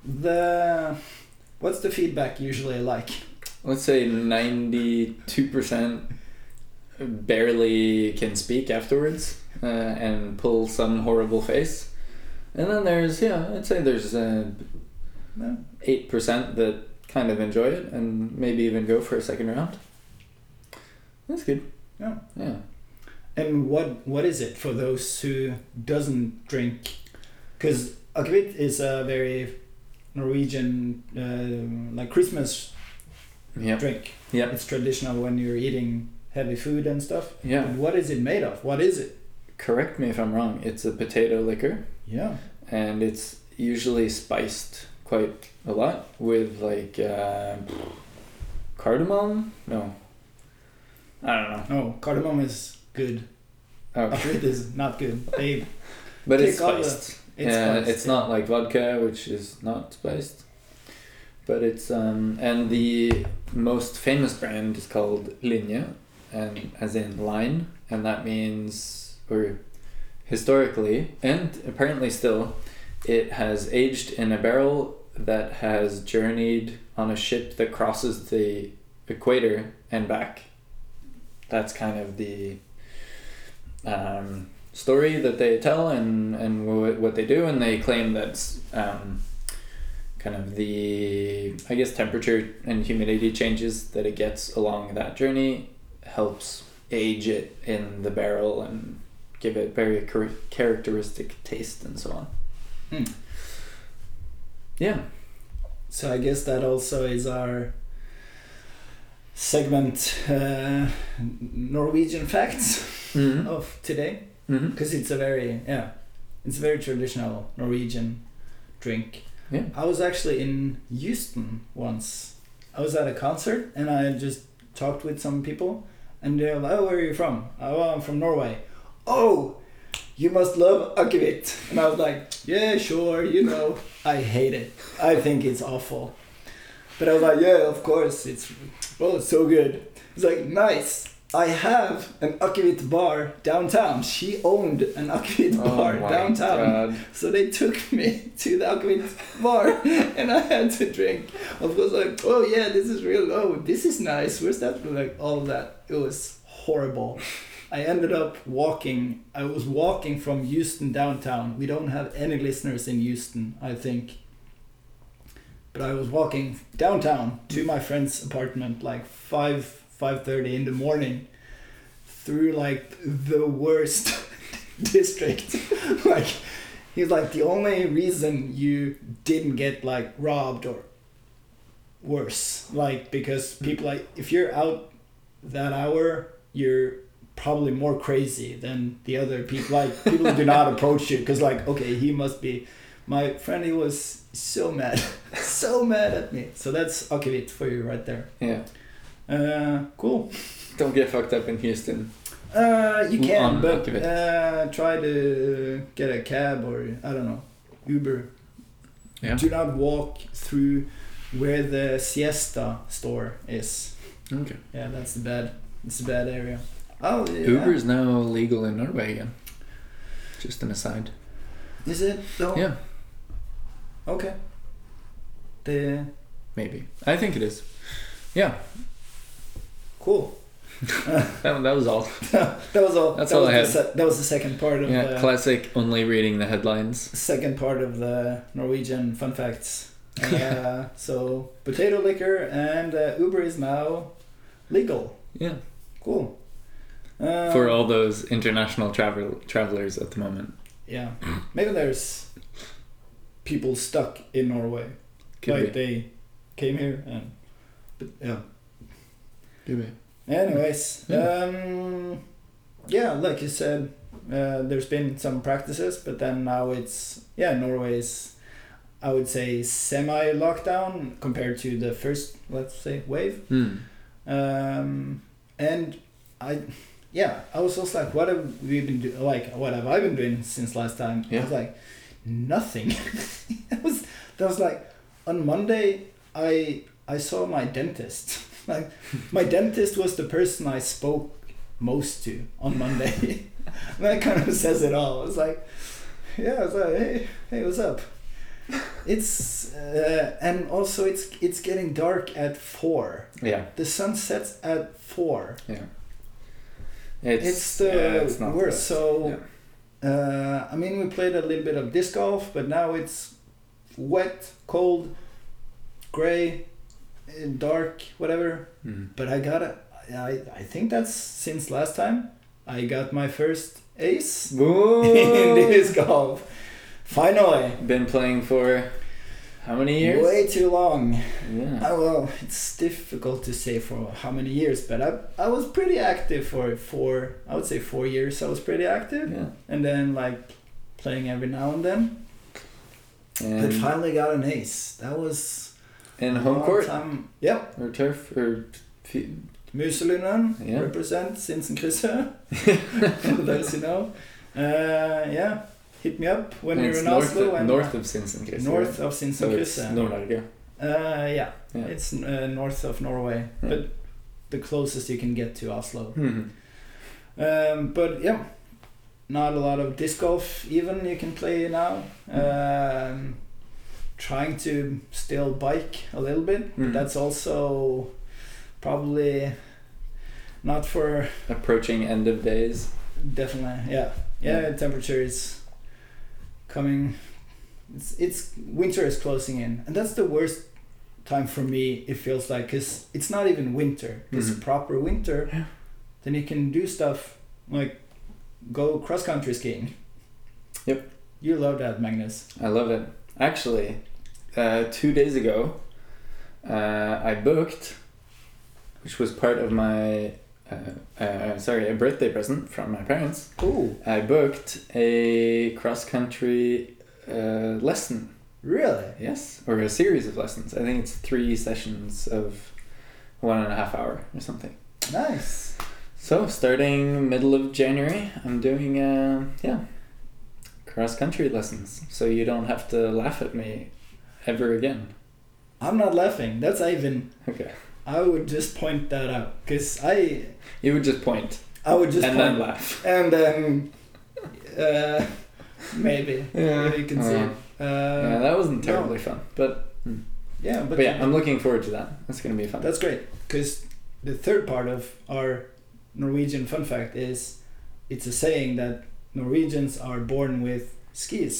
[SPEAKER 1] the what's the feedback usually like?
[SPEAKER 2] Let's say 92% barely can speak afterwards uh, and pull some horrible face. And then there's, yeah, I'd say there's uh,
[SPEAKER 1] No?
[SPEAKER 2] eight percent that kind of enjoy it and maybe even go for a second round. That's good.
[SPEAKER 1] Yeah.
[SPEAKER 2] Yeah.
[SPEAKER 1] And what what is it for those who doesn't drink? Because akvavit is a very Norwegian um like Christmas
[SPEAKER 2] Yeah.
[SPEAKER 1] drink.
[SPEAKER 2] Yeah.
[SPEAKER 1] It's traditional when you're eating heavy food and stuff.
[SPEAKER 2] Yeah.
[SPEAKER 1] But what is it made of? What is it?
[SPEAKER 2] Correct me if I'm wrong. It's a potato liquor
[SPEAKER 1] Yeah.
[SPEAKER 2] and it's usually spiced quite a lot with like uh, cardamom. No. I don't know.
[SPEAKER 1] (laughs) No, cardamom is good.
[SPEAKER 2] Oh.
[SPEAKER 1] Akvavit is not good. They
[SPEAKER 2] But it's
[SPEAKER 1] Take all the-
[SPEAKER 2] spiced.
[SPEAKER 1] it's
[SPEAKER 2] Uh,
[SPEAKER 1] spiced.
[SPEAKER 2] it's not like vodka, which is not spiced. But it's um, and the most famous brand is called Linje, and as in line, and that means or historically and apparently still, it has aged in a barrel that has journeyed on a ship that crosses the equator and back. That's kind of the um, story that they tell and and wh- what they do, and they claim that's um, kind of the I guess temperature and humidity changes that it gets along that journey helps age it in the barrel and give it very char- characteristic taste and so on.
[SPEAKER 1] Hmm.
[SPEAKER 2] Yeah.
[SPEAKER 1] So I guess that also is our segment uh, Norwegian facts
[SPEAKER 2] hmm
[SPEAKER 1] of today
[SPEAKER 2] hmm
[SPEAKER 1] because it's a very yeah it's a very traditional Norwegian drink.
[SPEAKER 2] Yeah.
[SPEAKER 1] I was actually in Houston once. I was at a concert and I just talked with some people and they're like, "Oh, where are you from?" "Oh, I'm from Norway." "Oh, you must love akivit." And I was like, "Yeah, sure, you know, I hate it. I think it's awful." But I was like, "Yeah, of course, it's well, it's so good." It's like, "Nice." I have an akivit bar downtown. She owned an akivit
[SPEAKER 2] Oh
[SPEAKER 1] bar downtown. So they took me to the alchemy bar and I had to drink. Of course, like, oh yeah, this is real. Oh, this is nice. Where's that? from?" Like all of that. It was horrible. I ended up walking. I was walking from Houston downtown. We don't have any listeners in Houston, I think. But I was walking downtown to my friend's apartment, like five five thirty in the morning, through like the worst (laughs) district. (laughs) like He's like, the only reason you didn't get like robbed or worse, like because people like if you're out that hour, you're probably more crazy than the other people. Like people do not approach you because like okay, he must be. My friend, he was so mad, (laughs) so mad at me. So that's Akivit for you right there.
[SPEAKER 2] Yeah.
[SPEAKER 1] Uh, cool.
[SPEAKER 2] Don't get fucked up in Houston.
[SPEAKER 1] Uh, you can,
[SPEAKER 2] Um,
[SPEAKER 1] but
[SPEAKER 2] Akivit.
[SPEAKER 1] uh, try to get a cab or I don't know, Uber.
[SPEAKER 2] Yeah.
[SPEAKER 1] Do not walk through where the siesta store is.
[SPEAKER 2] Okay.
[SPEAKER 1] Yeah, that's the bad. It's a bad area. Oh, yeah.
[SPEAKER 2] Uber is now legal in Norway again. Just an aside.
[SPEAKER 1] Is it though?
[SPEAKER 2] Yeah,
[SPEAKER 1] Okay. The
[SPEAKER 2] maybe. I think it is. Yeah,
[SPEAKER 1] cool.
[SPEAKER 2] that, that was all.
[SPEAKER 1] That was all.
[SPEAKER 2] That's
[SPEAKER 1] that
[SPEAKER 2] all
[SPEAKER 1] was
[SPEAKER 2] I
[SPEAKER 1] the
[SPEAKER 2] had.
[SPEAKER 1] se- that was the second part of uh,
[SPEAKER 2] Yeah,
[SPEAKER 1] the
[SPEAKER 2] classic only reading the headlines.
[SPEAKER 1] second part of the Norwegian fun
[SPEAKER 2] (laughs)
[SPEAKER 1] facts. Uh, so potato liquor and uh, Uber is now legal.
[SPEAKER 2] Yeah,
[SPEAKER 1] Cool. Uh,
[SPEAKER 2] for all those international travel travelers at the moment.
[SPEAKER 1] Yeah. Maybe there's people stuck in Norway.
[SPEAKER 2] Could
[SPEAKER 1] like
[SPEAKER 2] be.
[SPEAKER 1] they came here and uh, but yeah.
[SPEAKER 2] Could be.
[SPEAKER 1] Anyways,
[SPEAKER 2] Yeah.
[SPEAKER 1] um yeah, like you said, uh, there's been some practices, but then now it's yeah, Norway's I would say semi lockdown compared to the first let's say wave.
[SPEAKER 2] Hmm.
[SPEAKER 1] Um, and I, yeah, I was also like, what have we been doing? Like, what have I been doing since last time? I
[SPEAKER 2] Yeah.
[SPEAKER 1] was like, nothing. (laughs) that was that was like on Monday. I I saw my dentist. (laughs) like, my dentist was the person I spoke most to on Monday. (laughs) and that kind of says it all. I was like, yeah, I was like, hey, hey, what's up? It's uh, and also it's it's getting dark at four.
[SPEAKER 2] Yeah,
[SPEAKER 1] The sun sets at four.
[SPEAKER 2] yeah.
[SPEAKER 1] It's,
[SPEAKER 2] It's,
[SPEAKER 1] the
[SPEAKER 2] yeah, it's not the
[SPEAKER 1] worst.
[SPEAKER 2] best.
[SPEAKER 1] So, uh, I mean, we played a little bit of disc golf, but now it's wet, cold, gray, eh, dark, whatever.
[SPEAKER 2] Hmm.
[SPEAKER 1] But I got it. I, I think that's since last time. I got my first
[SPEAKER 2] (laughs)
[SPEAKER 1] ace in disc golf. Finally.
[SPEAKER 2] Been playing for how many years?
[SPEAKER 1] Way too long.
[SPEAKER 2] Yeah.
[SPEAKER 1] Oh, well, it's difficult to say for how many years, but I, I was pretty active for four, I would say four years. I was pretty active,
[SPEAKER 2] Yeah.
[SPEAKER 1] and then like playing every now and then. but
[SPEAKER 2] And,
[SPEAKER 1] finally got an ace. That was
[SPEAKER 2] and
[SPEAKER 1] a
[SPEAKER 2] home
[SPEAKER 1] long
[SPEAKER 2] court
[SPEAKER 1] Time. Yep,
[SPEAKER 2] or turf or p-
[SPEAKER 1] Muselunen
[SPEAKER 2] Yeah.
[SPEAKER 1] represent
[SPEAKER 2] (laughs)
[SPEAKER 1] Sinsenkrise. (laughs) for those who know, uh, yeah, hit me up when
[SPEAKER 2] And
[SPEAKER 1] you're
[SPEAKER 2] it's
[SPEAKER 1] in
[SPEAKER 2] north
[SPEAKER 1] Oslo
[SPEAKER 2] of,
[SPEAKER 1] and
[SPEAKER 2] north of Sinsen,
[SPEAKER 1] north of Sinsenkrise.
[SPEAKER 2] Nordager.
[SPEAKER 1] Uh, yeah.
[SPEAKER 2] Yeah.
[SPEAKER 1] it's uh, north of Norway,
[SPEAKER 2] Yeah.
[SPEAKER 1] but the closest you can get to Oslo.
[SPEAKER 2] Mhm.
[SPEAKER 1] Um, but yeah, not a lot of disc golf even you can play now. Um, trying to still bike a little bit,
[SPEAKER 2] Mhm.
[SPEAKER 1] but that's also probably not for
[SPEAKER 2] Approaching end of days.
[SPEAKER 1] definitely yeah yeah,
[SPEAKER 2] Yeah.
[SPEAKER 1] temperature is coming it's it's winter is closing in and that's the worst time for me it feels like because it's not even winter it's
[SPEAKER 2] Mhm.
[SPEAKER 1] proper winter
[SPEAKER 2] Yeah.
[SPEAKER 1] then you can do stuff like go cross country skiing
[SPEAKER 2] Yep.
[SPEAKER 1] you love that magnus
[SPEAKER 2] I love it. Actually, uh, two days ago, uh, I booked, which was part of my, uh, uh, sorry, a birthday present from my parents.
[SPEAKER 1] oh
[SPEAKER 2] I booked a cross country uh, lesson.
[SPEAKER 1] really
[SPEAKER 2] Yes, or a series of lessons. I think it's three sessions of one and a half hour or something.
[SPEAKER 1] nice
[SPEAKER 2] So starting middle of January, I'm doing uh, yeah cross country lessons. So you don't have to laugh at me ever again.
[SPEAKER 1] i'm not laughing that's even
[SPEAKER 2] Okay,
[SPEAKER 1] i would just point that out because i
[SPEAKER 2] you would just point
[SPEAKER 1] i would just
[SPEAKER 2] and
[SPEAKER 1] point
[SPEAKER 2] then laugh.
[SPEAKER 1] and then uh, maybe
[SPEAKER 2] Yeah.
[SPEAKER 1] you can
[SPEAKER 2] Uh,
[SPEAKER 1] see it. Uh,
[SPEAKER 2] yeah,
[SPEAKER 1] yeah,
[SPEAKER 2] that wasn't terribly fun, but,
[SPEAKER 1] but,
[SPEAKER 2] but yeah, I'm looking forward to that. That's gonna be fun.
[SPEAKER 1] that's great because the third part of our Norwegian fun fact is it's a saying that Norwegians are born with skis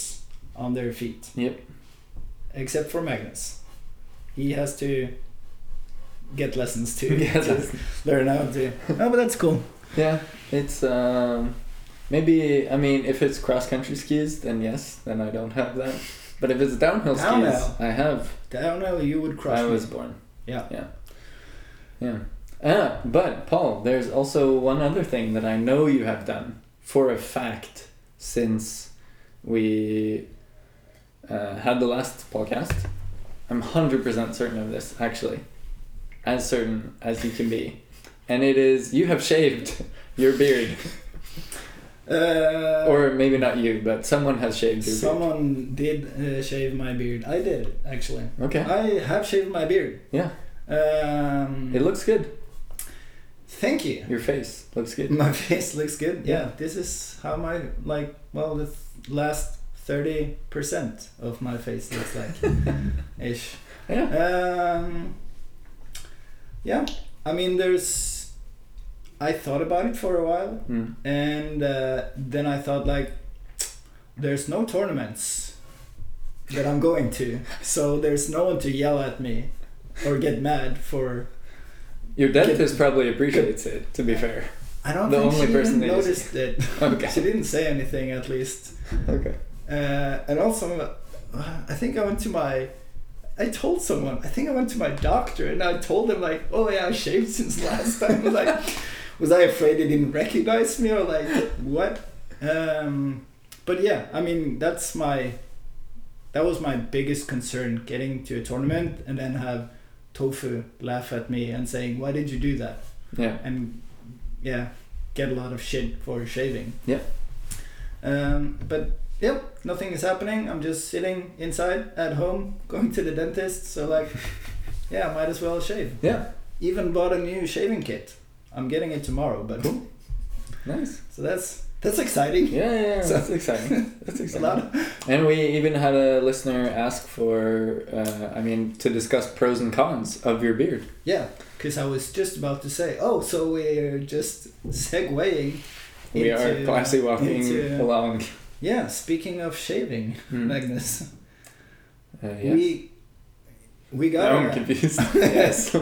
[SPEAKER 1] on their feet.
[SPEAKER 2] Yep.
[SPEAKER 1] Except for Magnus, he has to get lessons to,
[SPEAKER 2] (laughs) Yeah,
[SPEAKER 1] to
[SPEAKER 2] that's-
[SPEAKER 1] learn how to. Oh, but that's cool.
[SPEAKER 2] Yeah, it's um, maybe I mean if it's cross country skis, then yes, then I don't have that. But if it's downhill skis,
[SPEAKER 1] Downhill.
[SPEAKER 2] I have.
[SPEAKER 1] I don't know. You would crush
[SPEAKER 2] I
[SPEAKER 1] me.
[SPEAKER 2] was born.
[SPEAKER 1] Yeah.
[SPEAKER 2] Yeah. Yeah. Ah, but Paul, there's also one other thing that I know you have done for a fact since we uh, had the last podcast. I'm hundred percent certain of this, actually, as certain as you can be, and it is you have shaved (laughs) your beard.
[SPEAKER 1] Uh,
[SPEAKER 2] Or maybe not you, but someone has shaved your
[SPEAKER 1] Someone did uh, shave my beard. I did it, actually.
[SPEAKER 2] beard. Okay.
[SPEAKER 1] I have shaved my beard.
[SPEAKER 2] Yeah.
[SPEAKER 1] Um,
[SPEAKER 2] It looks good.
[SPEAKER 1] Thank you.
[SPEAKER 2] Your face looks good.
[SPEAKER 1] (laughs) My face looks good. Yeah. This is how my like well the th- last thirty percent of my face
[SPEAKER 2] (laughs)
[SPEAKER 1] looks like, ish.
[SPEAKER 2] Yeah.
[SPEAKER 1] Um, yeah. I mean, there's. I thought about it for a while,
[SPEAKER 2] Mm.
[SPEAKER 1] and uh, then I thought like, there's no tournaments that I'm going to, so there's no one to yell at me or get mad for.
[SPEAKER 2] Your dentist probably appreciates it, to be
[SPEAKER 1] (laughs)
[SPEAKER 2] fair.
[SPEAKER 1] I don't
[SPEAKER 2] The
[SPEAKER 1] think
[SPEAKER 2] only
[SPEAKER 1] she
[SPEAKER 2] person
[SPEAKER 1] even
[SPEAKER 2] that is-
[SPEAKER 1] noticed it.
[SPEAKER 2] (laughs) Okay.
[SPEAKER 1] She didn't say anything at least.
[SPEAKER 2] Okay.
[SPEAKER 1] Uh, and also, uh, I think I went to my. I told someone. I think I went to my doctor and I told him like, "Oh yeah, I shaved since last time." Was like, was I afraid they didn't recognize me or like what? Um, but yeah, I mean that's my. That was my biggest concern: getting to a tournament and then have tofu laugh at me and saying, "Why did you do that?"
[SPEAKER 2] Yeah.
[SPEAKER 1] and yeah, get a lot of shit for shaving.
[SPEAKER 2] Yeah.
[SPEAKER 1] Um, but yep, nothing is happening. I'm just sitting inside at home, (laughs) going to the dentist. So
[SPEAKER 2] (laughs)
[SPEAKER 1] like, yeah, might as well shave.
[SPEAKER 2] Yeah.
[SPEAKER 1] Even bought a new shaving kit. I'm getting it tomorrow, but
[SPEAKER 2] Cool. Nice.
[SPEAKER 1] (laughs) so that's that's exciting.
[SPEAKER 2] Yeah, yeah, yeah.
[SPEAKER 1] So-
[SPEAKER 2] That's exciting. That's
[SPEAKER 1] It's (laughs) a
[SPEAKER 2] exciting.
[SPEAKER 1] lot. Of,
[SPEAKER 2] And we even had a listener ask for, uh, I mean, to discuss pros and cons of your beard.
[SPEAKER 1] yeah, because I was just about to say, oh, so we're just segueing.
[SPEAKER 2] We are
[SPEAKER 1] into-
[SPEAKER 2] classy walking
[SPEAKER 1] into-
[SPEAKER 2] along.
[SPEAKER 1] Yeah, speaking of shaving,
[SPEAKER 2] Mm.
[SPEAKER 1] Magnus,
[SPEAKER 2] Uh, yeah.
[SPEAKER 1] we we got
[SPEAKER 2] Now I'm
[SPEAKER 1] a-
[SPEAKER 2] confused.
[SPEAKER 1] (laughs)
[SPEAKER 2] (laughs) yes.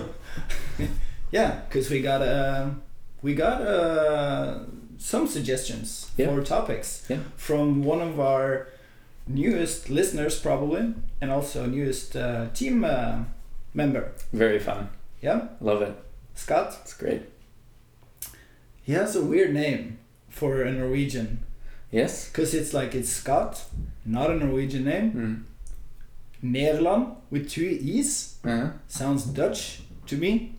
[SPEAKER 1] Yeah, because we got uh, we got uh, some suggestions
[SPEAKER 2] Yeah.
[SPEAKER 1] for topics
[SPEAKER 2] Yeah.
[SPEAKER 1] from one of our newest listeners, probably, and also newest uh, team uh, member.
[SPEAKER 2] Very fun.
[SPEAKER 1] Yeah,
[SPEAKER 2] Love it.
[SPEAKER 1] Scott.
[SPEAKER 2] It's great.
[SPEAKER 1] He has a weird name for a Norwegian
[SPEAKER 2] Yes.
[SPEAKER 1] because it's like it's Scott, not a Norwegian name.
[SPEAKER 2] Mm.
[SPEAKER 1] Nerland with two e's
[SPEAKER 2] Uh-huh.
[SPEAKER 1] sounds Dutch to me,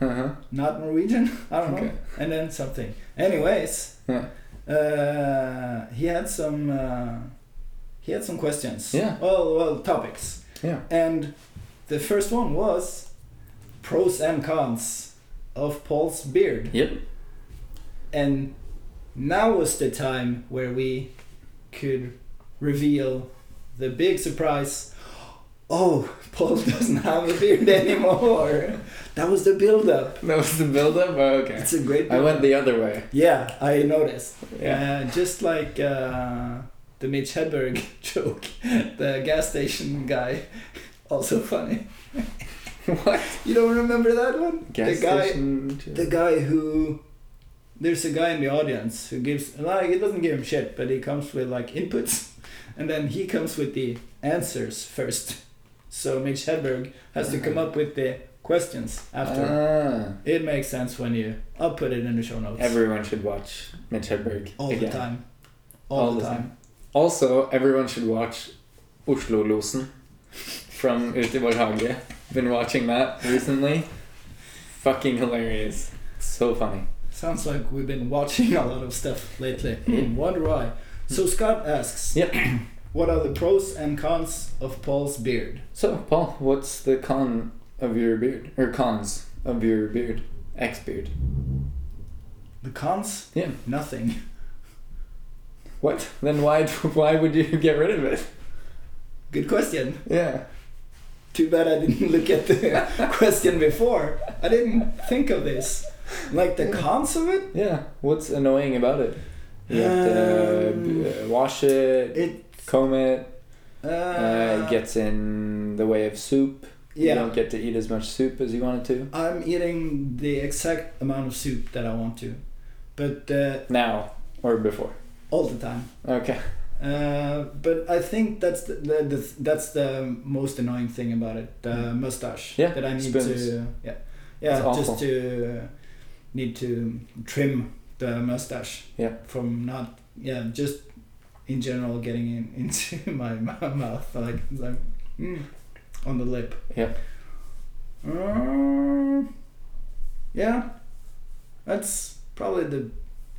[SPEAKER 2] Uh-huh.
[SPEAKER 1] not Norwegian. (laughs) I don't know.
[SPEAKER 2] Okay.
[SPEAKER 1] And then something. Anyways.
[SPEAKER 2] Yeah.
[SPEAKER 1] Uh, he had some uh, he had some questions.
[SPEAKER 2] Yeah.
[SPEAKER 1] Well, well, topics.
[SPEAKER 2] Yeah.
[SPEAKER 1] And The first one was pros and cons of Paul's beard.
[SPEAKER 2] Yep.
[SPEAKER 1] And now was the time where we could reveal the big surprise. Oh, Paul (laughs) doesn't have a beard (laughs) anymore. That was the build up.
[SPEAKER 2] That was the build-up. Oh, okay.
[SPEAKER 1] It's a great
[SPEAKER 2] I
[SPEAKER 1] build-up.
[SPEAKER 2] went the other way.
[SPEAKER 1] Yeah, I noticed.
[SPEAKER 2] Yeah.
[SPEAKER 1] Uh, just like uh, the Mitch Hedberg (laughs) joke, the gas station guy, (laughs) also funny. (laughs)
[SPEAKER 2] what?
[SPEAKER 1] You don't remember that one?
[SPEAKER 2] Gas
[SPEAKER 1] the guy,
[SPEAKER 2] station.
[SPEAKER 1] the guy who, there's a guy in the audience who gives like he doesn't give him shit, but he comes with like inputs, (laughs) and then he comes with the answers first. So Mitch Hedberg has to come up with the questions after.
[SPEAKER 2] Ah,
[SPEAKER 1] it makes sense when you. I'll put it in the show notes.
[SPEAKER 2] everyone should watch Mitch Hedberg.
[SPEAKER 1] all
[SPEAKER 2] again.
[SPEAKER 1] the time. All, the, time.
[SPEAKER 2] Also, everyone should watch Oslo Losen from Uteborg Hage. Been watching that recently. Fucking hilarious. So funny.
[SPEAKER 1] Sounds like we've been watching (laughs) a lot of stuff lately.
[SPEAKER 2] Hmm.
[SPEAKER 1] Wonder why. So Scott asks,
[SPEAKER 2] Yep.
[SPEAKER 1] (clears throat) what are the pros and cons of Paul's beard?
[SPEAKER 2] So, Paul, what's the con of your beard? Or cons of your beard? X beard.
[SPEAKER 1] The cons?
[SPEAKER 2] Yeah.
[SPEAKER 1] Nothing.
[SPEAKER 2] What? Then why (laughs) why would you get rid of it?
[SPEAKER 1] Good question.
[SPEAKER 2] Yeah.
[SPEAKER 1] Too bad I didn't look at the (laughs) question before. I didn't think of this. Like the cons of it?
[SPEAKER 2] Yeah. What's annoying about it? You have to b-
[SPEAKER 1] Um,
[SPEAKER 2] uh, wash it,
[SPEAKER 1] It
[SPEAKER 2] comb it,
[SPEAKER 1] uh,
[SPEAKER 2] uh, it gets in the way of soup. You
[SPEAKER 1] yeah.
[SPEAKER 2] don't get to eat as much soup as you wanted to.
[SPEAKER 1] I'm eating the exact amount of soup that I want to, but uh,
[SPEAKER 2] Now or before.
[SPEAKER 1] all the time.
[SPEAKER 2] Okay.
[SPEAKER 1] Uh, but I think that's the, the, the that's the most annoying thing about it. The mustache
[SPEAKER 2] Mm. Yeah,
[SPEAKER 1] that I need
[SPEAKER 2] spoons.
[SPEAKER 1] to yeah yeah
[SPEAKER 2] It's awful.
[SPEAKER 1] just to uh, need to trim the mustache.
[SPEAKER 2] Yeah.
[SPEAKER 1] From not yeah just in general getting in, (laughs) into my mou- mouth like like mm, on the lip.
[SPEAKER 2] Yeah.
[SPEAKER 1] Um, yeah, that's probably the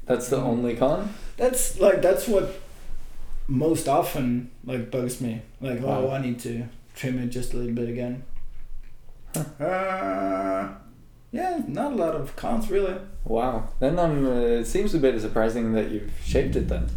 [SPEAKER 2] That's the
[SPEAKER 1] Mm.
[SPEAKER 2] only con?
[SPEAKER 1] that's like that's what most often like bugs me. Like oh,
[SPEAKER 2] Wow.
[SPEAKER 1] I need to trim it just a little
[SPEAKER 2] (laughs)
[SPEAKER 1] bit again.
[SPEAKER 2] Huh.
[SPEAKER 1] Uh, yeah, not a lot of cons really.
[SPEAKER 2] Wow. Then I'm, uh, it seems a bit surprising that you've shaped it then.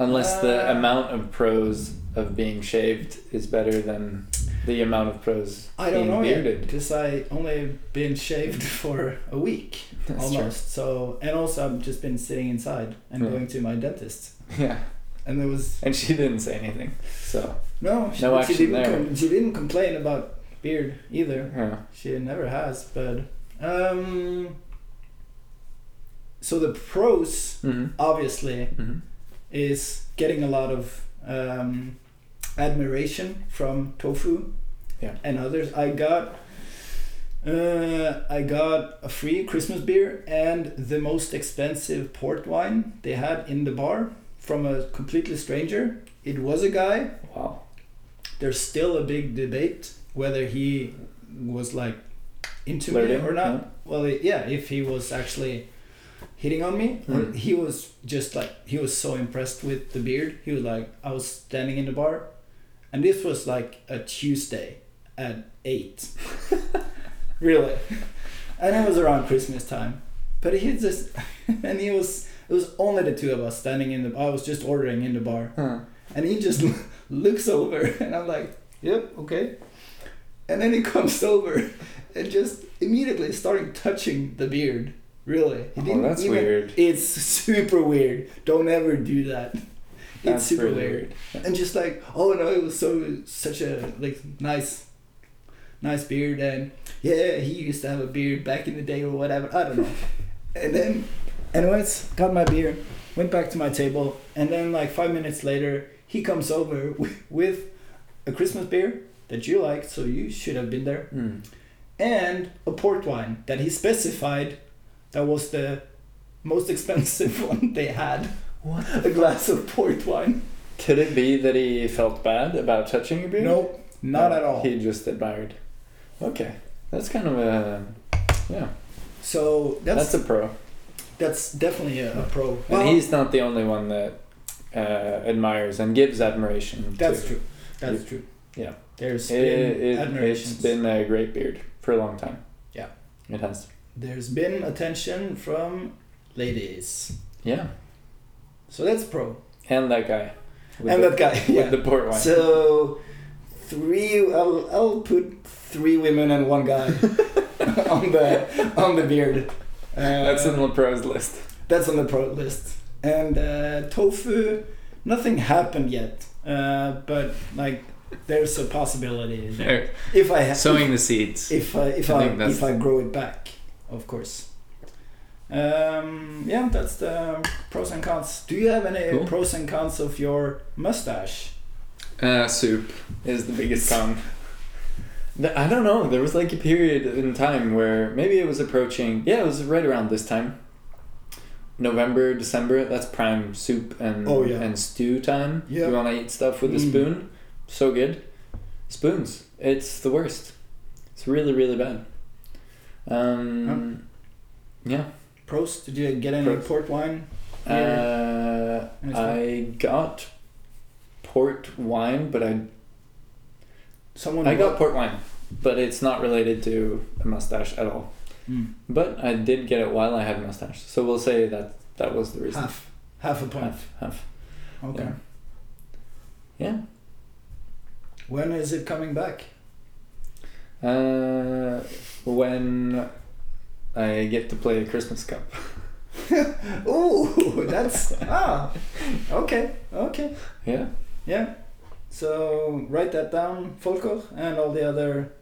[SPEAKER 2] Unless the
[SPEAKER 1] Uh,
[SPEAKER 2] amount of pros of being shaved is better than the amount of pros
[SPEAKER 1] I don't
[SPEAKER 2] being
[SPEAKER 1] know yet
[SPEAKER 2] bearded. (laughs)
[SPEAKER 1] because I only been shaved (laughs) for a week
[SPEAKER 2] That's
[SPEAKER 1] almost. So and also I've just been sitting inside and
[SPEAKER 2] Yeah.
[SPEAKER 1] going to my dentist.
[SPEAKER 2] true. Yeah.
[SPEAKER 1] And there was
[SPEAKER 2] And she didn't say anything. So,
[SPEAKER 1] no, she,
[SPEAKER 2] No
[SPEAKER 1] she
[SPEAKER 2] action
[SPEAKER 1] didn't
[SPEAKER 2] there.
[SPEAKER 1] com- she didn't complain about beard either.
[SPEAKER 2] yeah.
[SPEAKER 1] She never has, but um so the pros
[SPEAKER 2] hmm
[SPEAKER 1] obviously
[SPEAKER 2] hmm
[SPEAKER 1] is getting a lot of um admiration from tofu
[SPEAKER 2] Yeah.
[SPEAKER 1] and others. I got uh, I got a free Christmas beer and the most expensive port wine they had in the bar from a completely stranger. It was a guy
[SPEAKER 2] Wow.
[SPEAKER 1] there's still a big debate whether he was like into
[SPEAKER 2] Flirting,
[SPEAKER 1] me or not. Well, yeah, if he was actually hitting on me, or
[SPEAKER 2] Mm.
[SPEAKER 1] he was just like he was so impressed with the beard. He was like, I was standing in the bar, and this was like a Tuesday at eight, really, and it was around Christmas time. But he just, (laughs) and he was. It was only the two of us standing in the. I was just ordering in the bar,
[SPEAKER 2] Huh.
[SPEAKER 1] and he just (laughs) looks over, and I'm like, yep, okay. And then he comes over and just immediately starting touching the beard. Really. He
[SPEAKER 2] Oh, that's weird.
[SPEAKER 1] (laughs) It's super weird. Don't ever do that.
[SPEAKER 2] That's
[SPEAKER 1] it's super
[SPEAKER 2] really
[SPEAKER 1] weird. And just like, oh no, it was so such a like nice nice beard and yeah, he used to have a beard back in the day or whatever. I (laughs) don't know. and then anyways, got my beer, went back to my table, and then like five minutes later, he comes over with, with a Christmas beer that you liked, so you should have been there,
[SPEAKER 2] Mm.
[SPEAKER 1] and a port wine that he specified that was the most (laughs) expensive one they had.
[SPEAKER 2] What
[SPEAKER 1] A glass of port wine.
[SPEAKER 2] Could it be that he felt bad about touching your beard?
[SPEAKER 1] No, not at all.
[SPEAKER 2] He just admired. Okay, that's kind of a yeah.
[SPEAKER 1] So
[SPEAKER 2] That's,
[SPEAKER 1] that's
[SPEAKER 2] a pro,
[SPEAKER 1] that's definitely a, a pro.
[SPEAKER 2] and he's not the only one that uh, admires and gives admiration.
[SPEAKER 1] That's
[SPEAKER 2] to.
[SPEAKER 1] true. That's true.
[SPEAKER 2] Yeah.
[SPEAKER 1] There's
[SPEAKER 2] It,
[SPEAKER 1] been
[SPEAKER 2] it, it's
[SPEAKER 1] admirations.
[SPEAKER 2] been a great beard for a long time.
[SPEAKER 1] Yeah.
[SPEAKER 2] It has.
[SPEAKER 1] There's been attention from ladies.
[SPEAKER 2] Yeah.
[SPEAKER 1] So that's pro.
[SPEAKER 2] And that guy. With
[SPEAKER 1] and
[SPEAKER 2] the,
[SPEAKER 1] that guy.
[SPEAKER 2] (laughs) With
[SPEAKER 1] Yeah.
[SPEAKER 2] the port wine.
[SPEAKER 1] So three. I'll, I'll put three women and one guy (laughs) on the on the beard. Uh,
[SPEAKER 2] (laughs) That's in the pros list.
[SPEAKER 1] that's on the pro list. And uh, tofu, nothing happened yet, uh, but like there's a possibility there. If I ha-
[SPEAKER 3] Sowing the seeds.
[SPEAKER 1] if I if
[SPEAKER 3] I
[SPEAKER 1] I,
[SPEAKER 3] think that's-
[SPEAKER 1] if I grow it back, of course. Um, yeah, that's the pros and cons. Do you have any
[SPEAKER 3] Cool.
[SPEAKER 1] pros and cons of your mustache?
[SPEAKER 3] Uh, soup.
[SPEAKER 2] is the biggest con. The- I don't know. There was like a period in time where maybe it was approaching. Yeah, it was right around this time. November, December. That's prime soup and
[SPEAKER 1] Oh, yeah.
[SPEAKER 2] and stew time.
[SPEAKER 1] Yeah.
[SPEAKER 2] You want to eat stuff with a
[SPEAKER 1] Mm.
[SPEAKER 2] spoon? So good. Spoons. It's the worst. It's really really bad. Um, yeah.
[SPEAKER 1] Pros? Did you get any
[SPEAKER 2] Pros.
[SPEAKER 1] port wine?
[SPEAKER 2] Uh,
[SPEAKER 1] Any stuff?
[SPEAKER 2] I got port wine, but I
[SPEAKER 1] Someone
[SPEAKER 2] I got port wine, but it's not related to a mustache at all.
[SPEAKER 1] Mm,
[SPEAKER 2] But I did get it while I had a mustache, so we'll say that that was the reason.
[SPEAKER 1] half, half a point.
[SPEAKER 2] half, half.
[SPEAKER 1] Okay.
[SPEAKER 2] yeah. Yeah.
[SPEAKER 1] When is it coming back?
[SPEAKER 2] Uh, when I get to play a Christmas Cup,
[SPEAKER 1] Ooh, (laughs) that's ah, okay, okay.
[SPEAKER 2] yeah,
[SPEAKER 1] Yeah. So write that down, Folker, and all the other.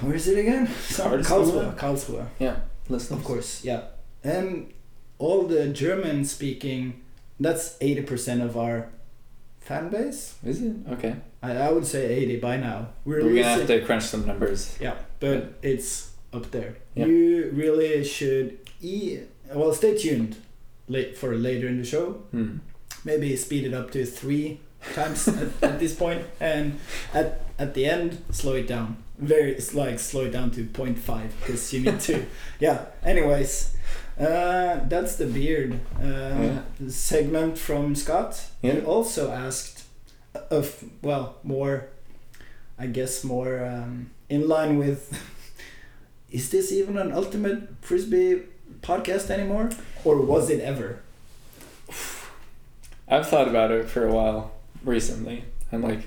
[SPEAKER 1] Where is it again? Some-
[SPEAKER 2] Karlsruhe.
[SPEAKER 1] Karlsruhe. Karlsruhe.
[SPEAKER 2] listen.
[SPEAKER 1] Of course, yeah. And all the German speaking, that's 80% of our fan base.
[SPEAKER 2] Is it okay?
[SPEAKER 1] I, I would say 80 by now. We're,
[SPEAKER 2] We're gonna
[SPEAKER 1] using-
[SPEAKER 2] have to crunch some numbers.
[SPEAKER 1] yeah, but it's up there.
[SPEAKER 2] Yeah.
[SPEAKER 1] You really should. E- well, stay tuned late for later in the show
[SPEAKER 2] Hmm.
[SPEAKER 1] maybe speed it up to three times at, at this point and at at the end slow it down very it's like slow it down to 0.5 because you need to (laughs) yeah anyways uh, that's the beard uh,
[SPEAKER 2] Yeah.
[SPEAKER 1] segment from scott
[SPEAKER 2] Yeah.
[SPEAKER 1] he also asked of well more i guess more um, in line with (laughs) is this even an ultimate frisbee podcast anymore or was it ever
[SPEAKER 2] I've thought about it for a while recently. I'm like,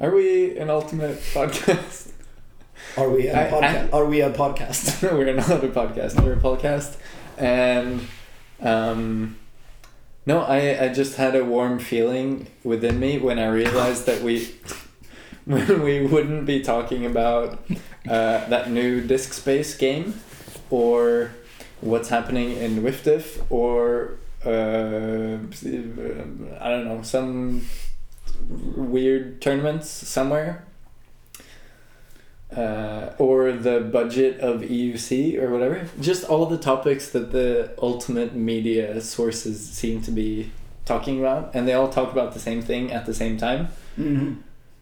[SPEAKER 2] are we an ultimate (laughs) podcast?
[SPEAKER 1] Are we a
[SPEAKER 2] I-
[SPEAKER 1] podcast? Are we a (laughs) podcast?
[SPEAKER 2] (laughs) we're not a podcast. We're a podcast, and um, no, I I just had a warm feeling within me when I realized that we (laughs) when we wouldn't be talking about uh, that new disk space game or what's happening in WIFDIF or uh, I don't know some weird tournaments somewhere uh, or the budget of EUC or whatever. Just all the topics that the ultimate media sources seem to be talking about, and they all talk about the same thing at the same time.
[SPEAKER 1] Mm-hmm.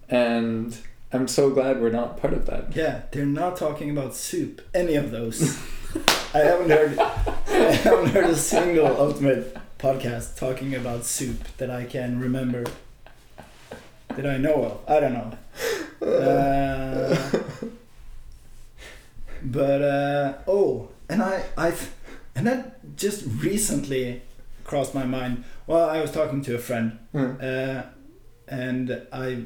[SPEAKER 2] And I'm so glad we're not part of that.
[SPEAKER 1] Yeah, they're not talking about soup. Any of those. (laughs) I haven't heard. I haven't heard a single ultimate podcast talking about soup that I can remember. That I know of. I don't know. Uh, but uh, oh, and I I and that just recently crossed my mind. Well, I was talking to a friend
[SPEAKER 2] Mm.
[SPEAKER 1] uh, and I,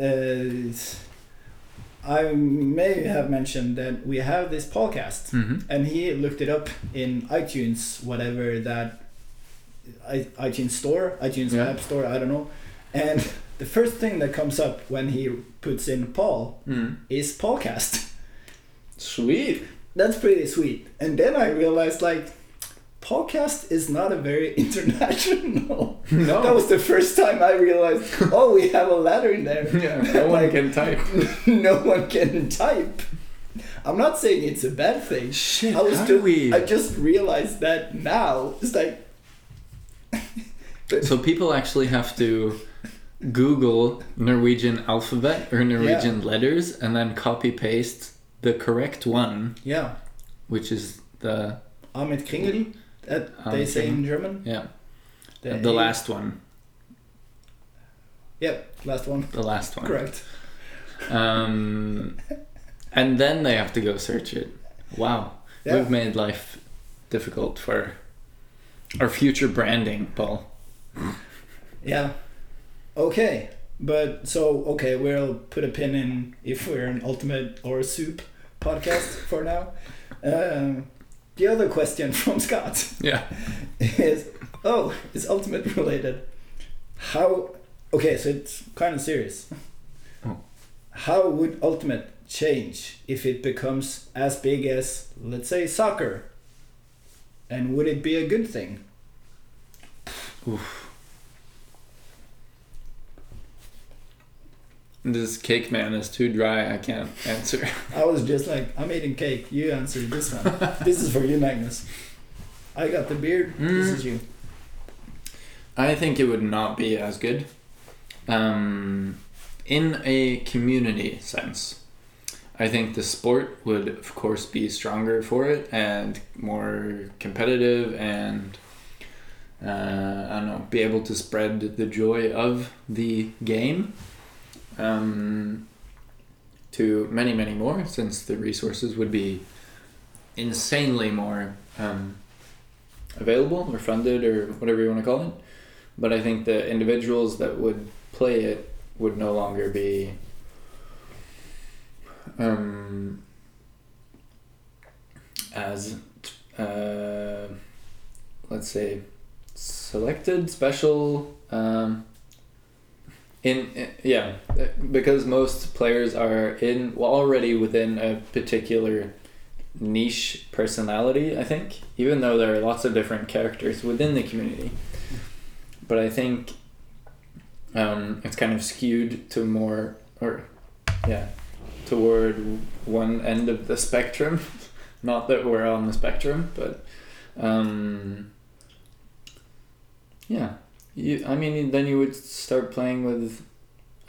[SPEAKER 1] uh, I may have mentioned that we have this podcast,
[SPEAKER 3] Mm-hmm.
[SPEAKER 1] and he looked it up in iTunes, whatever that I, iTunes store, iTunes
[SPEAKER 2] Yeah.
[SPEAKER 1] app store, I don't know. And the first thing that comes up when he puts in Paul
[SPEAKER 2] Mm.
[SPEAKER 1] is podcast.
[SPEAKER 2] Sweet.
[SPEAKER 1] That's pretty sweet. And then I realized like podcast is not a very (laughs) international.
[SPEAKER 2] No.
[SPEAKER 1] That was the first time I realized, oh, we have a ladder in there.
[SPEAKER 2] yeah, (laughs) no one
[SPEAKER 1] Like-
[SPEAKER 2] can type.
[SPEAKER 1] (laughs) no one can type. I'm not saying it's a bad thing.
[SPEAKER 3] Shit,
[SPEAKER 1] I was
[SPEAKER 3] how
[SPEAKER 1] ju-
[SPEAKER 3] do we-
[SPEAKER 1] I just realized that now. It's like
[SPEAKER 3] So people actually have to Google Norwegian alphabet or Norwegian letters and then copy paste the correct one,
[SPEAKER 1] yeah,
[SPEAKER 3] which is the
[SPEAKER 1] Ahmed Kringel. That they
[SPEAKER 3] Ahmed
[SPEAKER 1] say in German.
[SPEAKER 3] yeah
[SPEAKER 1] The,
[SPEAKER 3] the last one.
[SPEAKER 1] Yep, last one. (laughs)
[SPEAKER 2] the last one.
[SPEAKER 1] Correct.
[SPEAKER 2] Um, and then they have to go search it. Wow.
[SPEAKER 1] Yeah.
[SPEAKER 2] We've made life difficult for our future branding, Paul.
[SPEAKER 1] Yeah. Okay. But so okay, we'll put a pin in if we're an ultimate or soup podcast for now. Um, the other question (laughs) from Scott
[SPEAKER 2] Yeah.
[SPEAKER 1] is oh, it's ultimate related. How okay, so it's kind of serious.
[SPEAKER 2] Oh.
[SPEAKER 1] How would ultimate change if it becomes as big as let's say soccer? And would it be a good thing?
[SPEAKER 2] This cake man is too dry. I can't answer.
[SPEAKER 1] I was just like, I'm eating cake. You answered
[SPEAKER 2] (laughs)
[SPEAKER 1] this one. this is for you, Magnus. I got the beard. This
[SPEAKER 2] Mm.
[SPEAKER 1] is you.
[SPEAKER 2] I think it would not be as good. Um, in a community sense, I think the sport would, of course, be stronger for it and more competitive and, uh, I don't know, be able to spread the joy of the game um, to many, many more since the resources would be insanely more um, available or funded or whatever you want to call it but I think the individuals that would play it would no longer be um, as uh, let's say selected special um, in, in yeah because most players are in well, already within a particular niche personality I think even though there are lots of different characters within the community but I think um, it's kind of skewed to more or yeah toward one end of the spectrum. (laughs) Not that we're on the spectrum, but um, yeah, you. I mean, then you would start playing with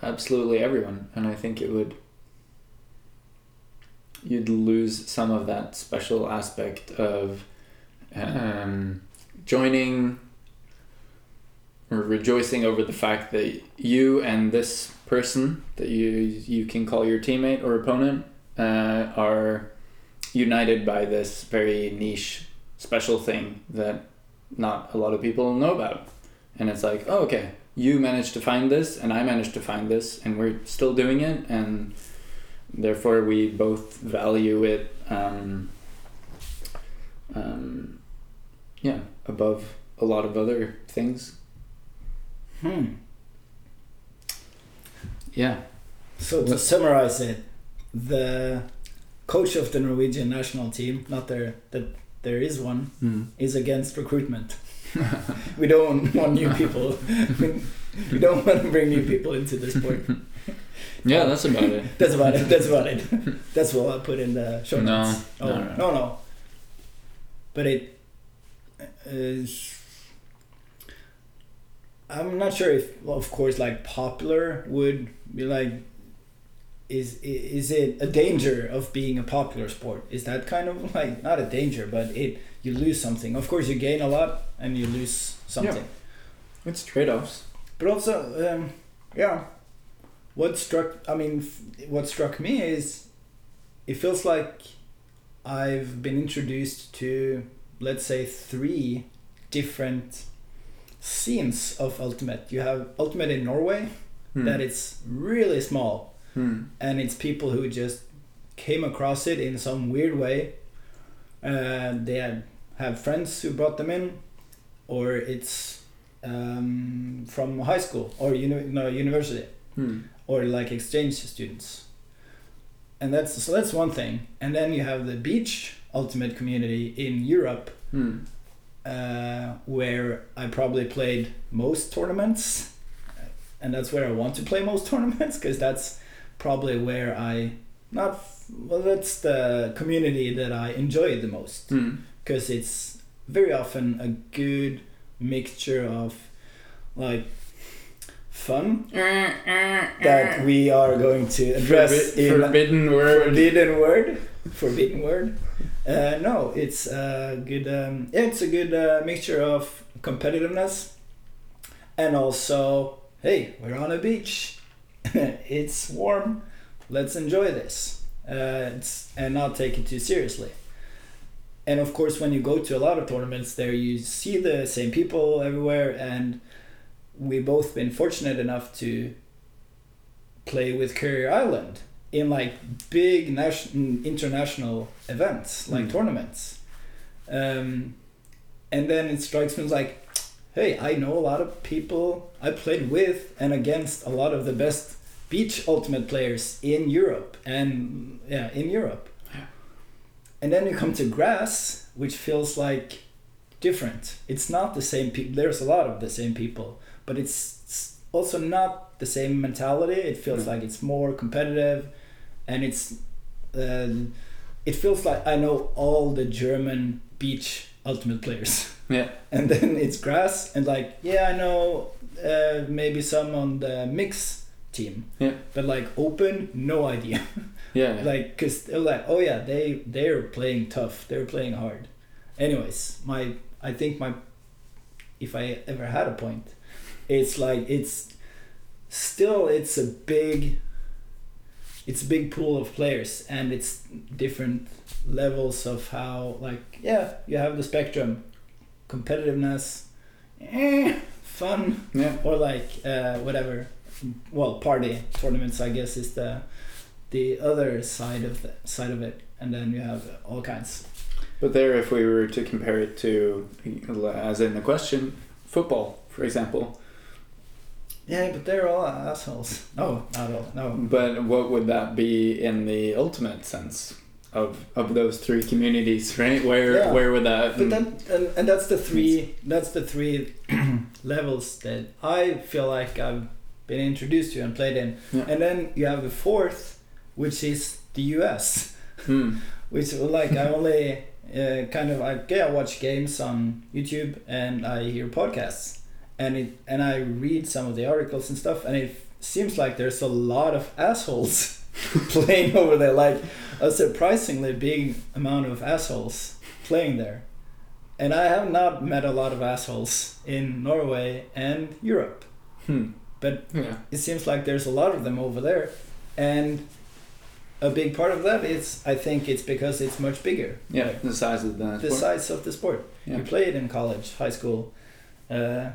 [SPEAKER 2] absolutely everyone, and I think it would. You'd lose some of that special aspect of um, joining or rejoicing over the fact that you and this person that you you can call your teammate or opponent uh, are united by this very niche special thing that not a lot of people know about and it's like oh okay you managed to find this and i managed to find this and we're still doing it and therefore we both value it um, um, yeah above a lot of other things
[SPEAKER 1] Hmm.
[SPEAKER 2] Yeah.
[SPEAKER 1] So to
[SPEAKER 2] What-
[SPEAKER 1] summarize it, the coach of the Norwegian national team, not there that there is one,
[SPEAKER 2] Hmm.
[SPEAKER 1] is against
[SPEAKER 2] (laughs)
[SPEAKER 1] recruitment. we don't want new people. (laughs) we, we don't want to bring new people into the sport.
[SPEAKER 2] Yeah, that's about it.
[SPEAKER 1] That's about it. That's about it. That's what I put in the show
[SPEAKER 2] No,
[SPEAKER 1] notes.
[SPEAKER 2] no,
[SPEAKER 1] oh,
[SPEAKER 2] no.
[SPEAKER 1] no, no. But it uh, is. I'm not sure if, well, of course, like popular would be like. Is i- is it a danger of being a popular sport? Is that kind of like not a danger, but it you lose something. Of course, you gain a lot and you lose something.
[SPEAKER 2] (laughs) It's trade offs.
[SPEAKER 1] But also, um, yeah, what struck I mean, f- what struck me is it feels like I've been introduced to let's say three different scenes of Ultimate. You have Ultimate in Norway
[SPEAKER 2] Hmm.
[SPEAKER 1] that it's really small and it's people who just came across it in some weird way. Uh, they had, have friends who brought them in, or it's um, from high school or uni- no, university,
[SPEAKER 2] Hmm.
[SPEAKER 1] or like exchange students. And that's so that's one thing. And then you have the beach ultimate community in Europe,
[SPEAKER 2] Hmm.
[SPEAKER 1] uh, where I probably played most tournaments, uh, and that's where I want to play most (laughs) tournaments because that's probably where I not f- well that's the community that I enjoy the most
[SPEAKER 2] Hmm.
[SPEAKER 1] because it's very often a good mixture of like fun that we are going to address in
[SPEAKER 2] forbidden word.
[SPEAKER 1] forbidden word forbidden word uh, no it's a good um, yeah, it's a good uh, mixture of competitiveness and also hey, we're on a beach. (laughs) it's warm. Let's enjoy this. Uh, it's, and not take it too seriously. And of course, when you go to a lot of tournaments there, you see the same people everywhere. And we both been fortunate enough to play with Courier Island in like big national international events, like
[SPEAKER 2] Mm.
[SPEAKER 1] tournaments. Um, and then it strikes me as like, hey, I know a lot of people. I played with and against a lot of the best beach ultimate players in Europe and yeah, in Europe.
[SPEAKER 2] Yeah.
[SPEAKER 1] And then you come to grass, which feels like different. It's not the same people. There's a lot of the same people, but it's it's also not the same mentality. It feels
[SPEAKER 2] Mm.
[SPEAKER 1] like it's more competitive, and it's um, it feels like I know all the German beach ultimate players
[SPEAKER 2] Yeah.
[SPEAKER 1] (laughs) and then it's grass and like yeah i know uh, maybe some on the mix team
[SPEAKER 2] Yeah.
[SPEAKER 1] but like open no idea
[SPEAKER 2] Yeah. yeah.
[SPEAKER 1] like because they're like oh yeah they they're playing tough they're playing hard anyways my i think my if i ever had a point it's like it's still it's a big it's a big pool of players and it's different levels of how like yeah you have the spectrum competitiveness eh, fun
[SPEAKER 2] yeah.
[SPEAKER 1] or like uh, whatever well party tournaments i guess is the the other side of the side of it and then you have all kinds
[SPEAKER 2] But there, if we were to compare it to, as in the question, football, for example,
[SPEAKER 1] yeah but they're all assholes Mm. no not all no
[SPEAKER 2] but what would that be in the ultimate sense of of those three communities, right? Where
[SPEAKER 1] Yeah.
[SPEAKER 2] where would that?
[SPEAKER 1] but then and, and that's the three that's the three (clears throat) levels that i feel like i've been introduced to and played in
[SPEAKER 2] Yeah.
[SPEAKER 1] and then you have the fourth which is the us
[SPEAKER 2] Hmm.
[SPEAKER 1] which like I only uh, kind of like yeah, I watch games on YouTube and I hear podcasts and it and I read some of the articles and stuff and it seems like there's a lot of assholes (laughs) playing over there like a surprisingly big amount of assholes playing there and I have not met a lot of assholes in Norway and Europe
[SPEAKER 2] Hmm.
[SPEAKER 1] But-
[SPEAKER 2] yeah,
[SPEAKER 1] it seems like there's a lot of them over there and a big part of that is i think it's because it's much bigger
[SPEAKER 2] yeah, the size of the.
[SPEAKER 1] the
[SPEAKER 2] sport.
[SPEAKER 1] size of the sport
[SPEAKER 2] Yeah.
[SPEAKER 1] you play it in college high school uh,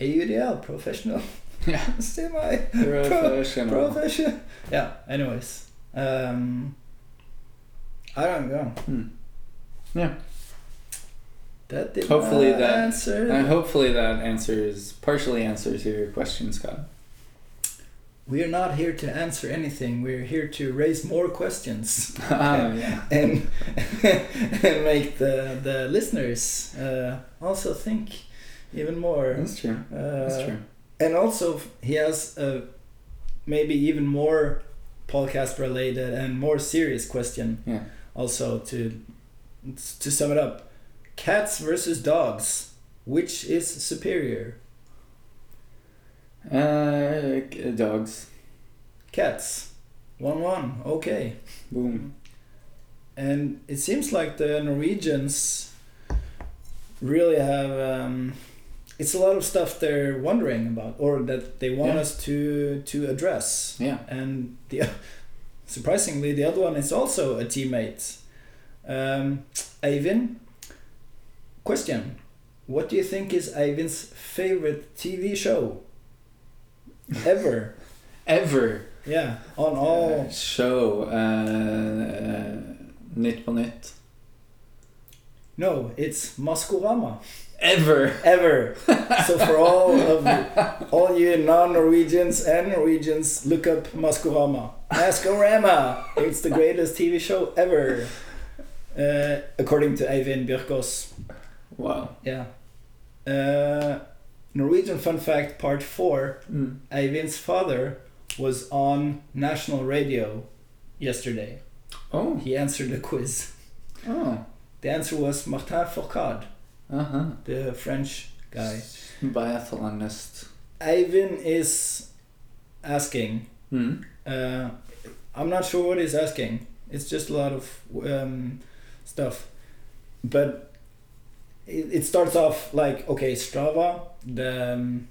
[SPEAKER 1] AUDL professional
[SPEAKER 2] (laughs) Yeah.
[SPEAKER 1] (laughs) semi
[SPEAKER 2] Professional.
[SPEAKER 1] professional yeah anyways um, I don't know
[SPEAKER 2] Hmm. Yeah.
[SPEAKER 1] that did
[SPEAKER 2] Hopefully
[SPEAKER 1] not
[SPEAKER 2] that-
[SPEAKER 1] answer
[SPEAKER 2] And Uh, hopefully that answers partially answers your question, Scott.
[SPEAKER 1] we are not here to answer anything we're here to raise more questions
[SPEAKER 2] (laughs)
[SPEAKER 1] (laughs)
[SPEAKER 2] Ah, yeah.
[SPEAKER 1] and (laughs) and make the the listeners uh, also think even more.
[SPEAKER 2] That's true. That's
[SPEAKER 1] Uh,
[SPEAKER 2] true.
[SPEAKER 1] and also, he has a maybe even more podcast related and more serious question.
[SPEAKER 2] Yeah.
[SPEAKER 1] Also to to sum it up, cats versus dogs, which is superior?
[SPEAKER 2] Uh, g- dogs.
[SPEAKER 1] Cats, one one. Okay.
[SPEAKER 2] Boom.
[SPEAKER 1] And it seems like the Norwegians really have. Um, it's a lot of stuff they're wondering about, or that they want
[SPEAKER 2] Yeah.
[SPEAKER 1] us to to address.
[SPEAKER 2] Yeah.
[SPEAKER 1] And the surprisingly, the other one is also a teammate, um, Eivind. Question: What do you think is Eivind's favorite TV show ever?
[SPEAKER 2] Ever.
[SPEAKER 1] yeah, on all.
[SPEAKER 2] Uh, show. Uh, nytt på nytt.
[SPEAKER 1] No, it's Maskorama.
[SPEAKER 2] Ever.
[SPEAKER 1] ever. So for all of all you non-Norwegians and Norwegians, look up Maskorama. Maskorama. It's the greatest TV show ever, uh, according to Eivind Bjørkås.
[SPEAKER 2] Wow.
[SPEAKER 1] Yeah. Uh, Norwegian fun fact part four.
[SPEAKER 2] Mm.
[SPEAKER 1] Eivind's father was on national radio yesterday.
[SPEAKER 2] Oh.
[SPEAKER 1] He answered the quiz.
[SPEAKER 2] Oh.
[SPEAKER 1] The answer was Martin Fourcade,
[SPEAKER 2] Uh huh.
[SPEAKER 1] the French guy.
[SPEAKER 2] Biathlonist.
[SPEAKER 1] Eivind is asking.
[SPEAKER 2] Mm.
[SPEAKER 1] Uh, I'm not sure what he's asking. It's just a lot of um, stuff, but it, it starts off like okay, Strava, the um,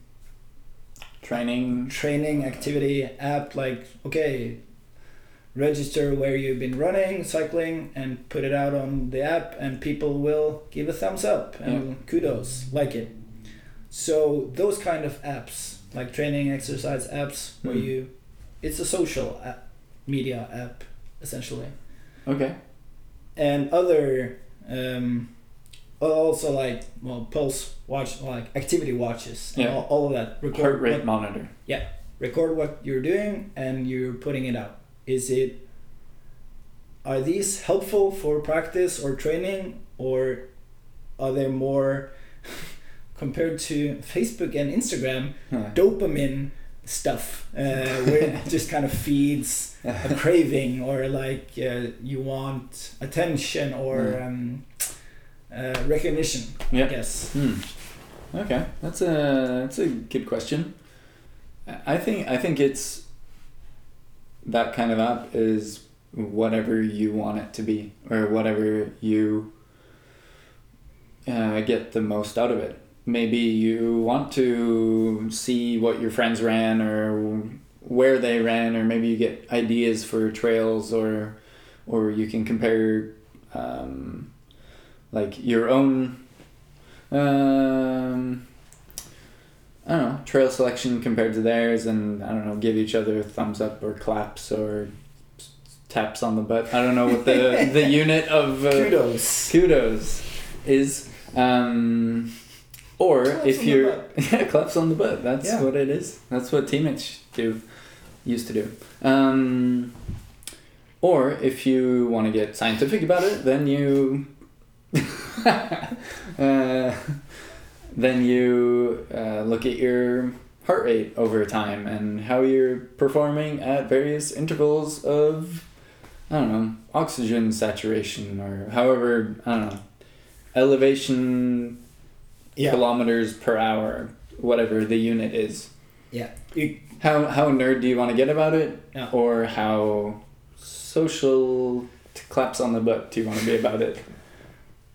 [SPEAKER 2] training.
[SPEAKER 1] training activity app like okay register where you've been running cycling and put it out on the app and people will give a thumbs up and kudos like it so those kind of apps like training exercise apps where
[SPEAKER 2] Mm.
[SPEAKER 1] you it's a social app, media app essentially
[SPEAKER 2] Okay.
[SPEAKER 1] and other um, also like well pulse watch like activity watches and
[SPEAKER 2] Yeah.
[SPEAKER 1] all, all of that
[SPEAKER 2] Heart
[SPEAKER 1] record
[SPEAKER 2] rate
[SPEAKER 1] what,
[SPEAKER 2] monitor.
[SPEAKER 1] record what you're doing and you're putting it out is it are these helpful for practice or training or are they more (laughs) compared to facebook and instagram
[SPEAKER 2] Huh.
[SPEAKER 1] dopamine stuff uh, where it just kind of feeds
[SPEAKER 2] (laughs)
[SPEAKER 1] a craving or like uh, you want attention or
[SPEAKER 2] Mm.
[SPEAKER 1] um, uh, recognition
[SPEAKER 2] Yeah.
[SPEAKER 1] i guess
[SPEAKER 2] Hmm. Okay, that's a that's a good question. I- I think I think it's that kind of app is whatever you want it to be or whatever you uh, get the most out of it. Maybe you want to see what your friends ran or where they ran, or maybe you get ideas for trails or or you can compare um, like your own um, I don't know, trail selection compared to theirs, and I don't know, give each other thumbs up or claps or s- taps on the butt. I don't know what the
[SPEAKER 1] (laughs)
[SPEAKER 2] the unit of uh,
[SPEAKER 1] kudos
[SPEAKER 2] kudos is um or
[SPEAKER 1] Claps
[SPEAKER 2] if
[SPEAKER 1] on the
[SPEAKER 2] you're (laughs)
[SPEAKER 1] butt.
[SPEAKER 2] yeah claps on the butt that's
[SPEAKER 1] Yeah.
[SPEAKER 2] what it is that's what teammates do used to do um or if you want to get scientific about it then you (laughs) uh, then you uh, look at your heart rate over time and how you're performing at various intervals of I don't know oxygen saturation or however I don't know elevation
[SPEAKER 1] yeah
[SPEAKER 2] kilometers per hour whatever the unit is
[SPEAKER 1] yeah you,
[SPEAKER 2] how how nerd do you want to get about it
[SPEAKER 1] Yeah.
[SPEAKER 2] or how social t- claps on the butt do you want to be about it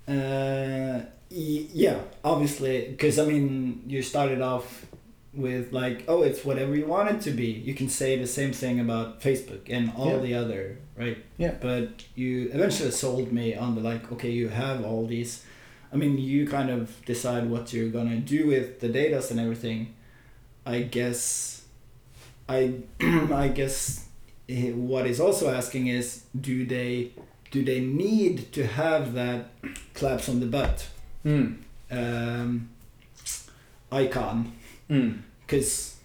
[SPEAKER 1] uh, y- yeah obviously because i mean you started off with like oh it's whatever you want it to be you can say the same thing about facebook and all
[SPEAKER 2] Yeah.
[SPEAKER 1] the other right
[SPEAKER 2] Yeah.
[SPEAKER 1] but you eventually sold me on the like okay you have all these I mean, you kind of decide what you're gonna do with the data and everything. I guess, I, (clears throat) I guess, eh, what is also asking is, do they, do they need to have that claps on the butt
[SPEAKER 2] Hmm.
[SPEAKER 1] um, icon?
[SPEAKER 2] Hmm.
[SPEAKER 1] Because,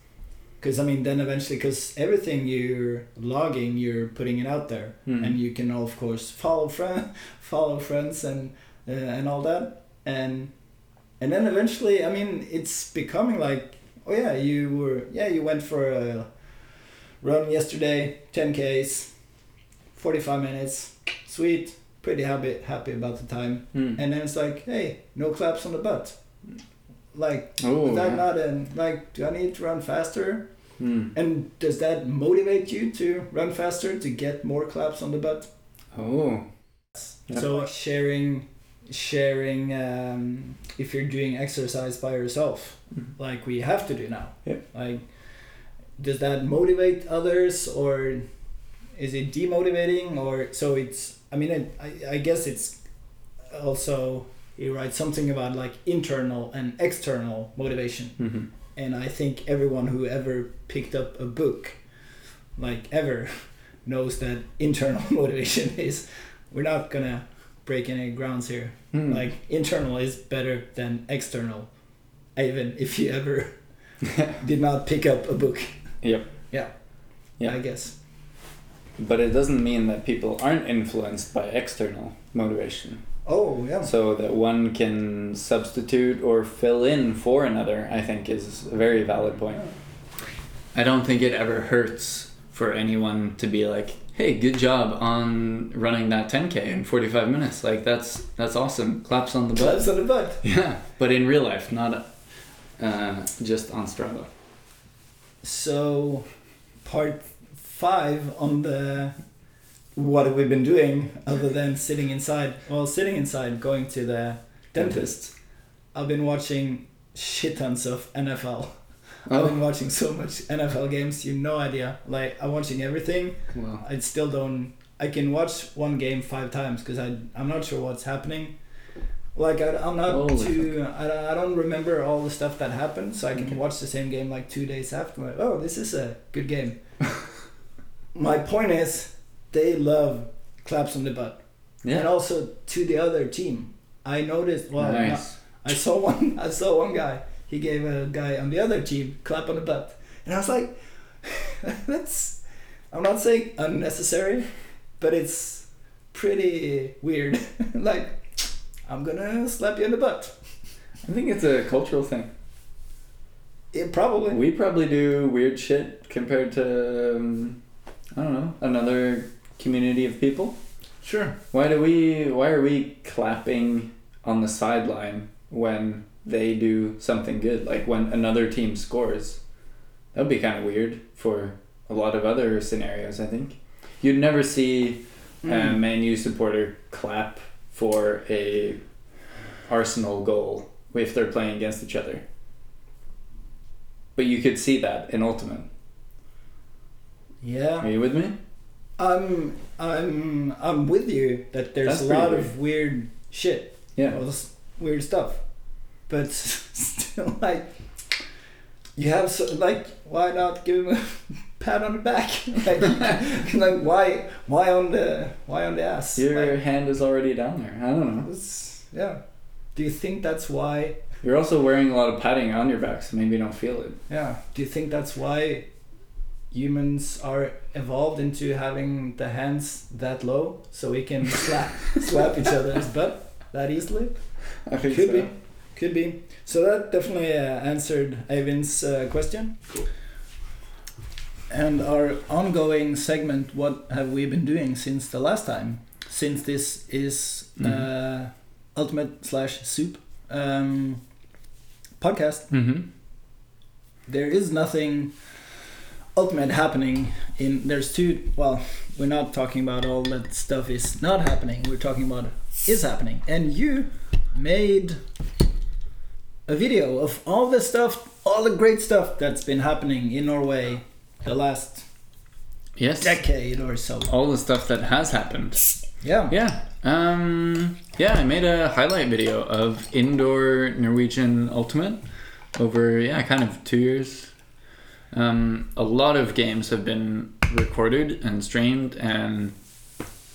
[SPEAKER 1] because I mean, then eventually, because everything you're logging, you're putting it out there
[SPEAKER 2] Hmm.
[SPEAKER 1] and you can of course follow friend, (laughs) follow friends and uh, and all that and and then eventually i mean it's becoming like oh yeah you were yeah you went for a run yesterday 10ks 45 minutes sweet pretty happy happy about the time
[SPEAKER 2] Hmm.
[SPEAKER 1] and then it's like hey no claps on the butt like
[SPEAKER 2] oh
[SPEAKER 1] is that
[SPEAKER 2] yeah.
[SPEAKER 1] not an like do i need to run faster
[SPEAKER 2] Hmm.
[SPEAKER 1] and does that motivate you to run faster to get more claps on the butt
[SPEAKER 2] oh Yeah.
[SPEAKER 1] so sharing, sharing. Um, if you're doing exercise by yourself,
[SPEAKER 2] Mhm.
[SPEAKER 1] like we have to do now,
[SPEAKER 2] Yeah.
[SPEAKER 1] like does that motivate others or is it demotivating or so? It's. I mean, it, I I guess it's also you write something about like internal and external motivation
[SPEAKER 2] Mhm.
[SPEAKER 1] and I think everyone who ever picked up a book, like ever, (laughs) knows that internal (laughs) motivation is. We're not gonna break any grounds here.
[SPEAKER 2] Hmm.
[SPEAKER 1] Like internal is better than external, even if you
[SPEAKER 2] (laughs)
[SPEAKER 1] ever did not pick up a book.
[SPEAKER 2] Yep.
[SPEAKER 1] Yeah.
[SPEAKER 2] Yeah.
[SPEAKER 1] I guess.
[SPEAKER 2] But it doesn't mean that people aren't influenced by external motivation.
[SPEAKER 1] Oh yeah.
[SPEAKER 2] So that one can substitute or fill in for another, I think, is a very valid point.
[SPEAKER 3] I don't think it ever hurts for anyone to be like, "Hey, good job on running that 10k in 45 minutes." Like that's that's awesome. Claps on the butt. (laughs)
[SPEAKER 1] Claps on the butt.
[SPEAKER 3] Yeah, but in real life, not uh, just on Strava.
[SPEAKER 1] So, part five on the what have we been doing other than sitting inside? Well, sitting inside, going to the dentist. I've been watching shit tons of NFL. I've
[SPEAKER 3] Oh,
[SPEAKER 1] been watching so much NFL games, you have no idea. Like I'm watching everything.
[SPEAKER 3] wow.
[SPEAKER 1] I still don't. I can watch one game five times because I I'm not sure what's happening. Like I, I'm not
[SPEAKER 3] Holy
[SPEAKER 1] too. I, I don't remember all the stuff that happened, so I can watch the same game like two days after. Like, oh, this is a good game. My point is, they love claps on the butt, and
[SPEAKER 3] Yeah.
[SPEAKER 1] also to the other team. I noticed. Well, no,
[SPEAKER 3] nice.
[SPEAKER 1] I saw one. (laughs) I saw one guy. He gave a guy on the other team clap on the butt, and I was like, (laughs) "That's." I'm not saying unnecessary, but it's pretty weird. (laughs) like, I'm gonna slap you in the butt.
[SPEAKER 2] I think it's a cultural thing.
[SPEAKER 1] It probably.
[SPEAKER 2] We probably do weird shit compared to, um, I don't know, another community of people.
[SPEAKER 3] Sure.
[SPEAKER 2] Why do we? Why are we clapping on the sideline when they do something good? Like when another team scores, that'd be kind of weird for a lot of other scenarios. I think you'd never see a
[SPEAKER 1] Mm.
[SPEAKER 2] Man U supporter clap for a Arsenal goal if they're playing against each other. But you could see that in Ultimate.
[SPEAKER 1] yeah,
[SPEAKER 2] Are you with me?
[SPEAKER 1] I'm. I'm. I'm with you that there's
[SPEAKER 2] That's
[SPEAKER 1] a
[SPEAKER 2] pretty
[SPEAKER 1] lot of weird shit
[SPEAKER 2] Yeah.
[SPEAKER 1] all this weird stuff. But (laughs) still, like, you have so, like, why not give him a (laughs) pat on the back? Like, like (laughs) why, why on the, why on the ass?
[SPEAKER 2] Your
[SPEAKER 1] Like,
[SPEAKER 2] hand is already down there. I don't know.
[SPEAKER 1] it's- yeah. Do you think that's why?
[SPEAKER 2] You're also wearing a lot of padding on your back, so maybe you don't feel it.
[SPEAKER 1] Yeah. Do you think that's why humans are evolved into having the hands that low so we can slap slap each other's butt that easily?
[SPEAKER 2] I think
[SPEAKER 1] Could
[SPEAKER 2] so.
[SPEAKER 1] be. Could be. So that definitely uh, answered Ivan's uh, question. And our ongoing segment, what have we been doing since the last time? Since this is uh, ultimate slash soup um, podcast,
[SPEAKER 2] Mm-hmm.
[SPEAKER 1] there is nothing ultimate happening in there's two well we're not talking about all that stuff is not happening we're talking about is happening and you made a video of all the stuff all the great stuff that's been happening in norway the last
[SPEAKER 3] Yes.
[SPEAKER 1] decade or so
[SPEAKER 3] All the stuff that has happened.
[SPEAKER 1] yeah
[SPEAKER 3] Yeah. Um, yeah, I made a highlight video of indoor Norwegian Ultimate over, yeah, kind of two years. Um, a lot of games have been recorded and streamed, and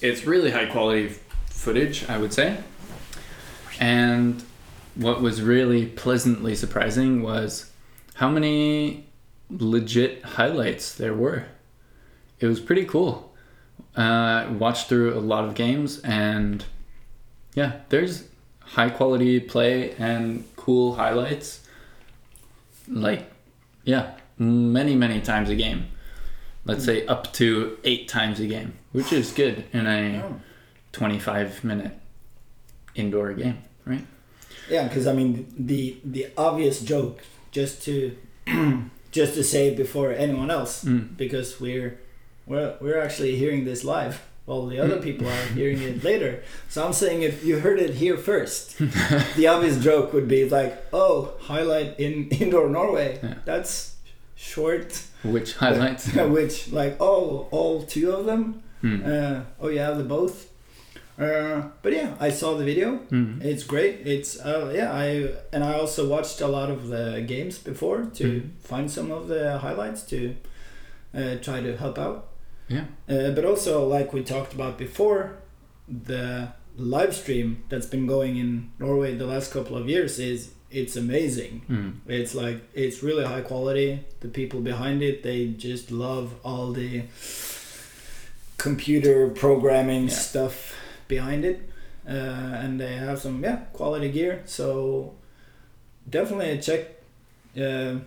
[SPEAKER 3] it's really high quality footage, I would say. And what was really pleasantly surprising was how many legit highlights there were. It was pretty cool uh, watched through a lot of games and yeah there's high quality play and cool highlights like yeah many many times a game let's say up to eight times a game which is good in a 25 minute indoor game right
[SPEAKER 1] yeah because i mean the the obvious joke just to (clears throat) just to say it before anyone else
[SPEAKER 3] Mm.
[SPEAKER 1] because we're we're we're actually hearing this live while the
[SPEAKER 3] Mm.
[SPEAKER 1] other people are hearing it later. So I'm saying if you heard it here first,
[SPEAKER 3] (laughs)
[SPEAKER 1] the obvious joke would be like, "Oh, highlight in (laughs) indoor Norway."
[SPEAKER 3] Yeah.
[SPEAKER 1] That's short. (laughs)
[SPEAKER 3] which highlights
[SPEAKER 1] Which like, oh, all two of them.
[SPEAKER 3] Mm,
[SPEAKER 1] Uh, oh, you have the both. Uh, but yeah, I saw the video.
[SPEAKER 3] mm.
[SPEAKER 1] It's great. It's uh, yeah. I and I also watched a lot of the games before to
[SPEAKER 3] Mhm.
[SPEAKER 1] find some of the highlights to uh, try to help out.
[SPEAKER 3] Yeah.
[SPEAKER 1] Uh, but also, like we talked about before, the live stream that's been going in Norway the last couple of years is it's amazing.
[SPEAKER 3] Mm.
[SPEAKER 1] It's like it's really high quality. The people behind it, they just love all the computer programming
[SPEAKER 3] Yeah.
[SPEAKER 1] stuff behind it, uh, and they have some yeah quality gear. So definitely check. Uh,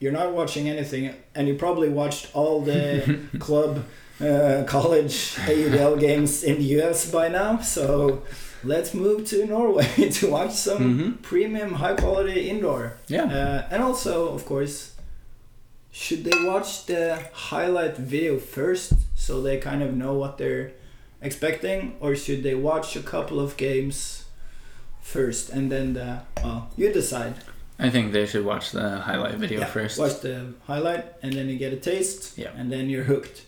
[SPEAKER 1] you're not watching anything, and you probably watched all the club, uh, college, AUDL games in the U.S. by now. So let's move to Norway (laughs) to watch some
[SPEAKER 3] hmm
[SPEAKER 1] premium high quality indoor
[SPEAKER 3] yeah
[SPEAKER 1] uh, and also of course should they watch the highlight video first so they kind of know what they're expecting or should they watch a couple of games first and then the well you decide
[SPEAKER 2] I think they should watch the highlight video
[SPEAKER 1] Yeah,
[SPEAKER 2] first
[SPEAKER 1] Watch the highlight, and then you get a taste,
[SPEAKER 2] Yeah.
[SPEAKER 1] and then you're hooked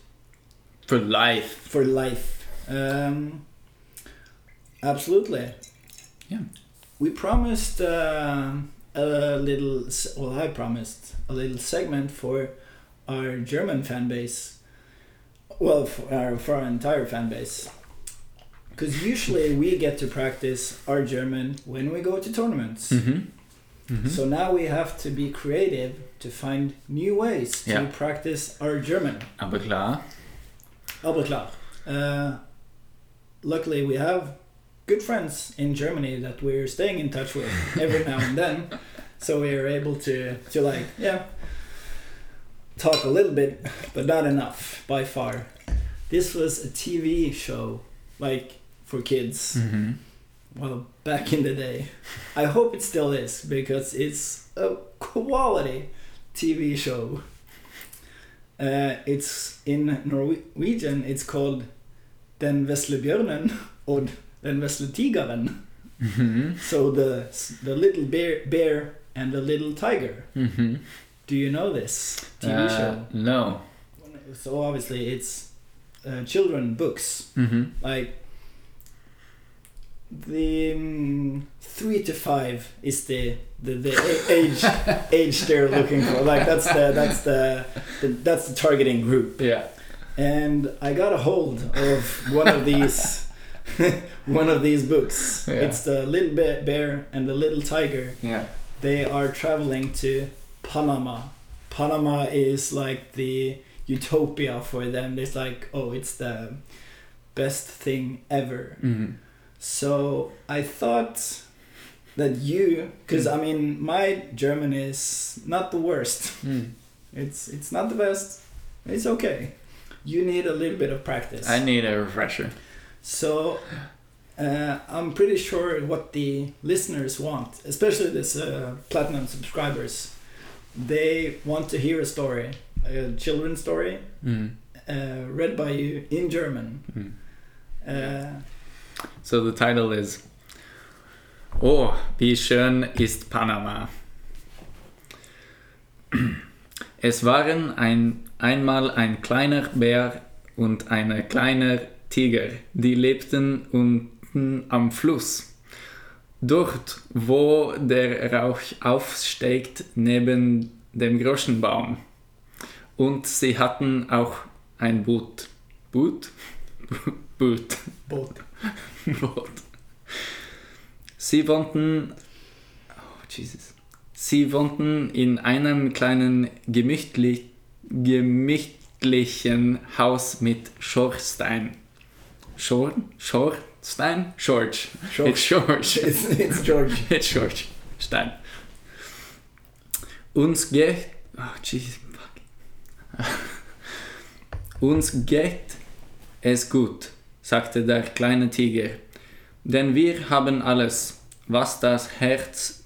[SPEAKER 2] for life.
[SPEAKER 1] for life. Um, absolutely.
[SPEAKER 2] Yeah.
[SPEAKER 1] We promised um a little. s- Well, I promised a little segment for our German fan base. Well, for our, for our entire fan base. Because usually we get to practice our German when we go to tournaments.
[SPEAKER 2] Mm-hmm. Mm-hmm.
[SPEAKER 1] So now we have to be creative to find new ways to
[SPEAKER 2] Yeah.
[SPEAKER 1] practice our German.
[SPEAKER 2] Aber klar.
[SPEAKER 1] Aber klar. Uh, luckily, we have good friends in Germany that we're staying in touch with every now and then. So we are able to, to like, yeah, talk a little bit, but not enough by far. This was a TV show, like for kids.
[SPEAKER 2] Mm-hmm.
[SPEAKER 1] Well, back in the day. I hope it still is because it's a quality TV show. Uh, it's in Norwegian, it's called Den vesle bjørnen or Den vesle tigeren.
[SPEAKER 2] Mm-hmm.
[SPEAKER 1] So the, the little bear, bear and the little tiger.
[SPEAKER 2] Mm-hmm.
[SPEAKER 1] Do you know this
[SPEAKER 2] Uh,
[SPEAKER 1] TV show?
[SPEAKER 2] Äh, No.
[SPEAKER 1] So obviously it's uh, children books.
[SPEAKER 2] Mm-hmm.
[SPEAKER 1] like the mm, three to five is the the, the a- age age they're looking for like that's the that's the, the that's the targeting group
[SPEAKER 2] Yeah.
[SPEAKER 1] and i got a hold of one of these (laughs) one of these books
[SPEAKER 2] Yeah.
[SPEAKER 1] it's the little Be- bear and the little tiger
[SPEAKER 2] Yeah.
[SPEAKER 1] they are traveling to Panama. Panama is like the utopia for them. It's like, oh, it's the best thing ever.
[SPEAKER 2] Mm-hmm.
[SPEAKER 1] So I thought that you, because I mean, my German is not the worst.
[SPEAKER 2] Mm.
[SPEAKER 1] It's it's not the best. It's okay. You need a little bit of practice.
[SPEAKER 2] I need a refresher.
[SPEAKER 1] So uh, I'm pretty sure what the listeners want, especially this uh, platinum subscribers, they want to hear a story, a children's story,
[SPEAKER 2] Mm.
[SPEAKER 1] uh, read by you in German.
[SPEAKER 3] Hmm.
[SPEAKER 2] Mm.
[SPEAKER 1] Uh,
[SPEAKER 2] So the title is Oh, wie schön ist Panama. Es waren ein, einmal ein kleiner Bär und ein kleiner Tiger, die lebten unten am Fluss. Dort, wo der Rauch aufsteigt neben dem Groschenbaum. Und sie hatten auch ein Boot. Boot? (laughs) Boot.
[SPEAKER 1] both.
[SPEAKER 2] Wort. Sie wohnten. Oh, Jesus. Sie wohnten in einem kleinen gemütlich, gemütlichen Haus mit Schorstein. Schor, Schorstein? George. It's George.
[SPEAKER 1] George. (laughs) It's,
[SPEAKER 3] (laughs)
[SPEAKER 1] it's George.
[SPEAKER 2] (laughs) It's George. Stein. Uns geht. Oh, jeez, fuck. (laughs) Uns geht es gut, sagte der kleine Tiger. Denn wir haben alles, was das Herz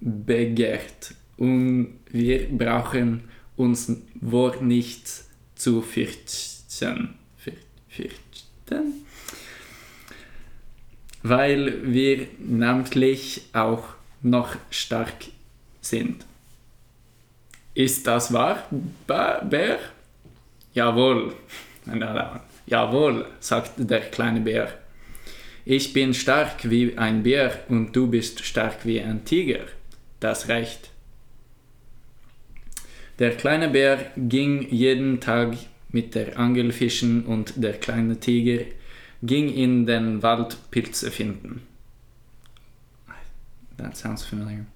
[SPEAKER 2] begehrt. Und wir brauchen uns vor nichts zu fürchten. Für- Fürchten? weil wir namentlich auch noch stark sind. Ist das wahr, Ba- Bär? Jawohl, jawohl, sagte der kleine Bär. Ich bin stark wie ein Bär und du bist stark wie ein Tiger. Das reicht. Der kleine Bär ging jeden Tag mit der Angel fischen und der kleine Tiger ging in den Wald Pilze finden. That sounds familiar.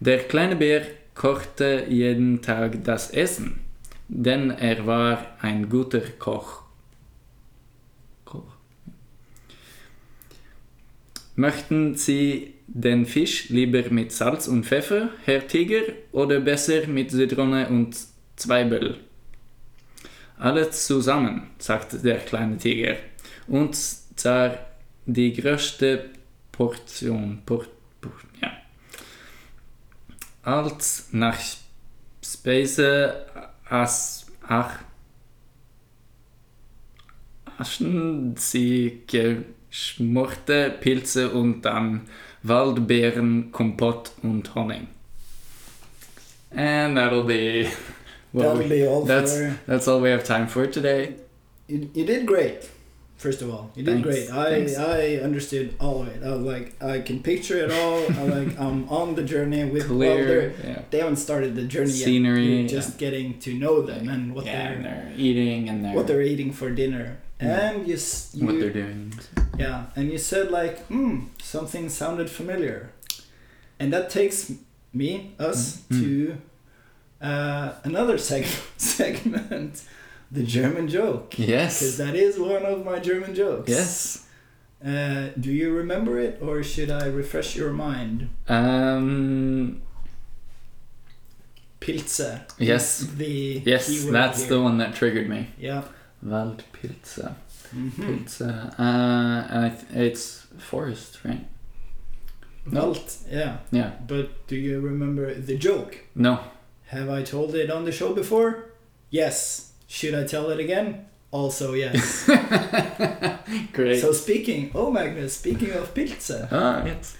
[SPEAKER 2] Der kleine Bär kochte jeden Tag das Essen, denn er war ein guter Koch. Koch. Möchten Sie den Fisch lieber mit Salz und Pfeffer, Herr Tiger, oder besser mit Zitrone und Zweibel? Alles zusammen, sagte der kleine Tiger und zwar die größte Portion. Por, por, ja. Als nach Speise as, ach, aschen sie geschmorte Pilze und dann Waldbeeren, Kompott und Honig.
[SPEAKER 3] And that'll be what
[SPEAKER 1] That'll
[SPEAKER 3] we-
[SPEAKER 1] be all
[SPEAKER 3] that's-
[SPEAKER 1] for.
[SPEAKER 3] that's all we have time for today.
[SPEAKER 1] You, you did great. First of all, you did
[SPEAKER 3] Thanks,
[SPEAKER 1] great. I
[SPEAKER 3] thanks.
[SPEAKER 1] I understood all of it. I was like I can picture it all. I like I'm on the journey with
[SPEAKER 3] Clear
[SPEAKER 1] Well,
[SPEAKER 3] yeah.
[SPEAKER 1] they haven't started the journey yet.
[SPEAKER 3] Scenery,
[SPEAKER 1] You're just getting to know them and what
[SPEAKER 3] yeah,
[SPEAKER 1] they're
[SPEAKER 3] and they're eating and they're
[SPEAKER 1] what they're eating for dinner.
[SPEAKER 3] Yeah.
[SPEAKER 1] And you, s-
[SPEAKER 3] what they're
[SPEAKER 1] you (laughs)
[SPEAKER 3] doing.
[SPEAKER 1] yeah, and you said like, hmm, something sounded familiar, and that takes me us
[SPEAKER 3] Mhm.
[SPEAKER 1] to uh, another (laughs) segment, segment, the German joke, because
[SPEAKER 3] Yes.
[SPEAKER 1] that is one of my German jokes.
[SPEAKER 3] Yes.
[SPEAKER 1] Uh, do you remember it, or should I refresh your mind?
[SPEAKER 3] Um
[SPEAKER 1] Pilze.
[SPEAKER 3] Yes.
[SPEAKER 1] is The
[SPEAKER 3] yes,
[SPEAKER 1] keyword
[SPEAKER 3] that's
[SPEAKER 1] here.
[SPEAKER 3] the one that triggered me.
[SPEAKER 1] yeah.
[SPEAKER 3] Waldpilze.
[SPEAKER 1] Mhm.
[SPEAKER 3] Pilze. Uh and I th- it's forest, right? No.
[SPEAKER 1] Welt, yeah.
[SPEAKER 3] Yeah.
[SPEAKER 1] But do you remember the joke?
[SPEAKER 3] No.
[SPEAKER 1] Have I told it on the show before? Yes. Should I tell it again? Also,
[SPEAKER 3] (laughs)
[SPEAKER 1] yes.
[SPEAKER 3] Great.
[SPEAKER 1] so, speaking, oh Magnus, speaking of Pilze,
[SPEAKER 3] ah, yes.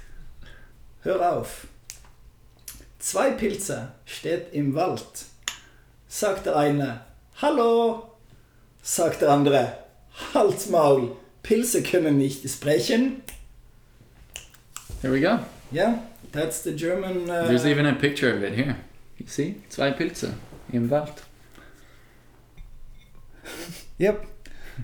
[SPEAKER 1] hör auf. Zwei Pilze steht im Wald. Sagt der eine, Hallo. Sagt der andere, Halt's Maul, Pilze können nicht sprechen.
[SPEAKER 3] There we go.
[SPEAKER 1] Yeah, that's the German. Uh,
[SPEAKER 3] There's even a picture of it here. You see? Zwei Pilze im (laughs) Wald.
[SPEAKER 1] Yep.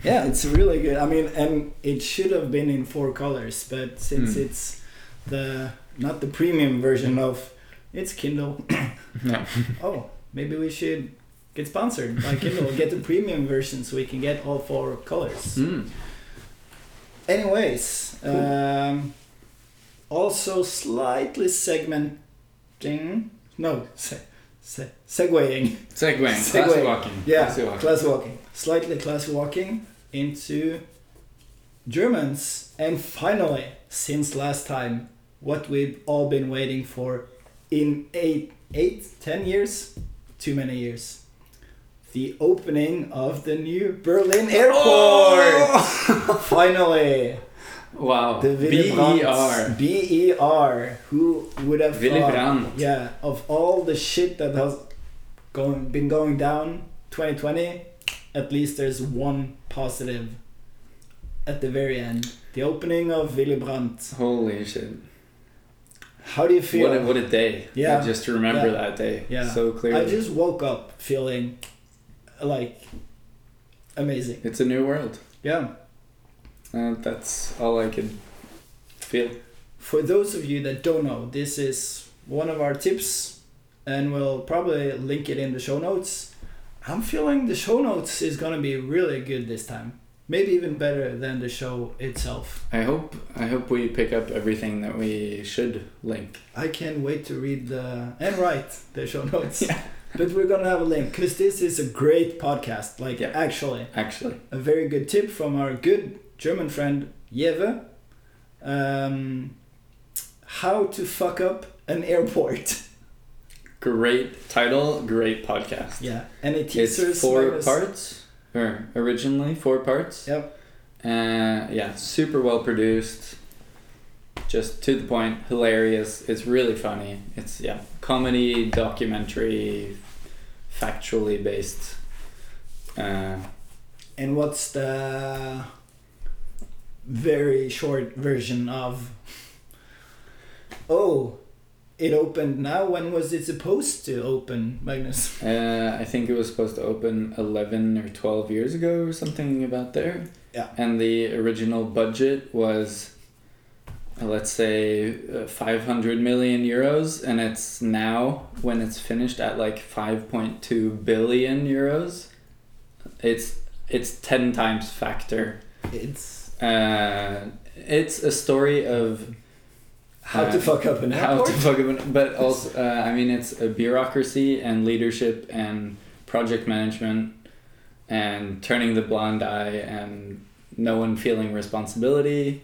[SPEAKER 1] Yeah, it's really good. I mean, and it should have been in four colors, but since
[SPEAKER 3] Mm.
[SPEAKER 1] it's the not the premium version of it's Kindle.
[SPEAKER 3] Yeah.
[SPEAKER 1] Oh, maybe we should get sponsored by Kindle. get the premium version so we can get all four colors.
[SPEAKER 3] Mm.
[SPEAKER 1] Anyways, um, also slightly segmenting. No, se- se- segueing.
[SPEAKER 3] Segway.
[SPEAKER 1] Segway.
[SPEAKER 3] Classy walking.
[SPEAKER 1] Yeah,
[SPEAKER 3] Classy walking.
[SPEAKER 1] class walking. Slightly class walking into Germans. And finally, since last time, what we've all been waiting for in eight, eight, ten years? Too many years. The opening of the new Berlin airport!
[SPEAKER 3] Oh!
[SPEAKER 1] Finally!
[SPEAKER 3] Wow. E
[SPEAKER 1] The Willy
[SPEAKER 3] B-E-R.
[SPEAKER 1] Brandt- B-E-R. Who would have
[SPEAKER 3] Willy
[SPEAKER 1] thought?
[SPEAKER 3] Brandt.
[SPEAKER 1] Yeah, of all the shit that has going, been going down 2020, at least there's one positive at the very end. The opening of Willy Brandt.
[SPEAKER 2] Holy shit.
[SPEAKER 1] How do you feel?
[SPEAKER 2] What a, what a day.
[SPEAKER 1] Yeah.
[SPEAKER 2] I just remember
[SPEAKER 1] Yeah.
[SPEAKER 2] that day
[SPEAKER 1] Yeah.
[SPEAKER 2] so clearly.
[SPEAKER 1] I just woke up feeling like amazing.
[SPEAKER 2] It's a new world.
[SPEAKER 1] Yeah.
[SPEAKER 2] Uh, that's all I could feel.
[SPEAKER 1] For those of you that don't know, this is one of our tips, and we'll probably link it in the show notes. I'm feeling the show notes is gonna be really good this time. Maybe even better than the show itself.
[SPEAKER 2] I hope I hope we pick up everything that we should link.
[SPEAKER 1] I can't wait to read the and write the show notes. But we're gonna have a link because this is a great podcast. Like
[SPEAKER 2] Yeah.
[SPEAKER 1] actually,
[SPEAKER 2] Actually,
[SPEAKER 1] a very good tip from our good German friend Jeve. Um, how to fuck up an airport. (laughs)
[SPEAKER 2] great title, great podcast.
[SPEAKER 1] Yeah, and it teaches
[SPEAKER 2] It's four
[SPEAKER 1] minus-
[SPEAKER 2] parts, or originally four parts.
[SPEAKER 1] Yep.
[SPEAKER 2] Uh, yeah, super well produced. Just to the point, hilarious. It's really funny. It's yeah, comedy, documentary, factually based. Uh,
[SPEAKER 1] And what's the very short version of? Oh, it opened now. When was it supposed to open, Magnus?
[SPEAKER 2] Uh, I think it was supposed to open 11 or 12 years ago or something about there.
[SPEAKER 1] Yeah.
[SPEAKER 2] And the original budget was, uh, let's say, uh, 500 million euros, and it's now, when it's finished, at like 5.2 billion euros. It's it's 10 times factor.
[SPEAKER 1] It's
[SPEAKER 2] Uh, it's a story of
[SPEAKER 1] how
[SPEAKER 2] Uh,
[SPEAKER 1] to fuck up an
[SPEAKER 2] how
[SPEAKER 1] airport.
[SPEAKER 2] to (laughs) fuck up an- but also uh, i mean it's a bureaucracy and leadership and project management and turning the blind eye and no one feeling responsibility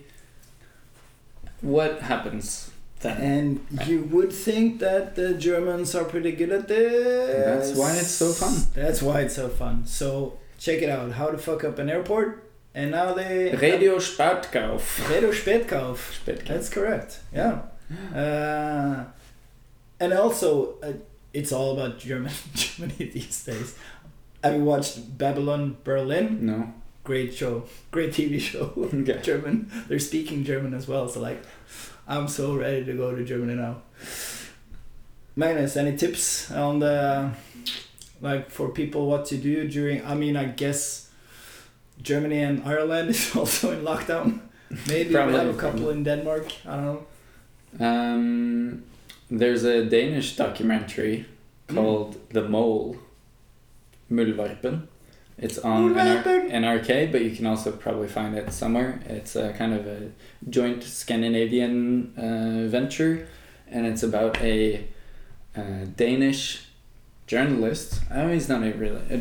[SPEAKER 2] what happens
[SPEAKER 1] (laughs)
[SPEAKER 2] then
[SPEAKER 1] and you would think that the Germans are pretty good at this.
[SPEAKER 2] That's why it's so fun.
[SPEAKER 1] That's why it's so fun. So check it out. How to fuck up an airport. And now they
[SPEAKER 2] radio spartkauf
[SPEAKER 1] Radio Spätkauf. That's correct. Yeah. Uh, and also, uh, it's all about German (laughs) Germany these days. Have you watched Babylon Berlin?
[SPEAKER 2] No.
[SPEAKER 1] Great show, great TV show. (laughs)
[SPEAKER 2] Okay.
[SPEAKER 1] German. They're speaking German as well, so like, I'm so ready to go to Germany now. Magnus, any tips on the like for people what to do during? I mean, I guess Germany and Ireland is (laughs) also in lockdown. Maybe we
[SPEAKER 2] Probably,
[SPEAKER 1] have a couple
[SPEAKER 2] probably.
[SPEAKER 1] in Denmark. I don't know.
[SPEAKER 2] Um, there's a Danish documentary called The Mole, Muldvarpen. It's on
[SPEAKER 1] Muldvarpen.
[SPEAKER 2] NR- NRK, but you can also probably find it somewhere. It's a kind of a joint Scandinavian uh, venture, and it's about a uh, Danish journalist. Oh, he's not a really a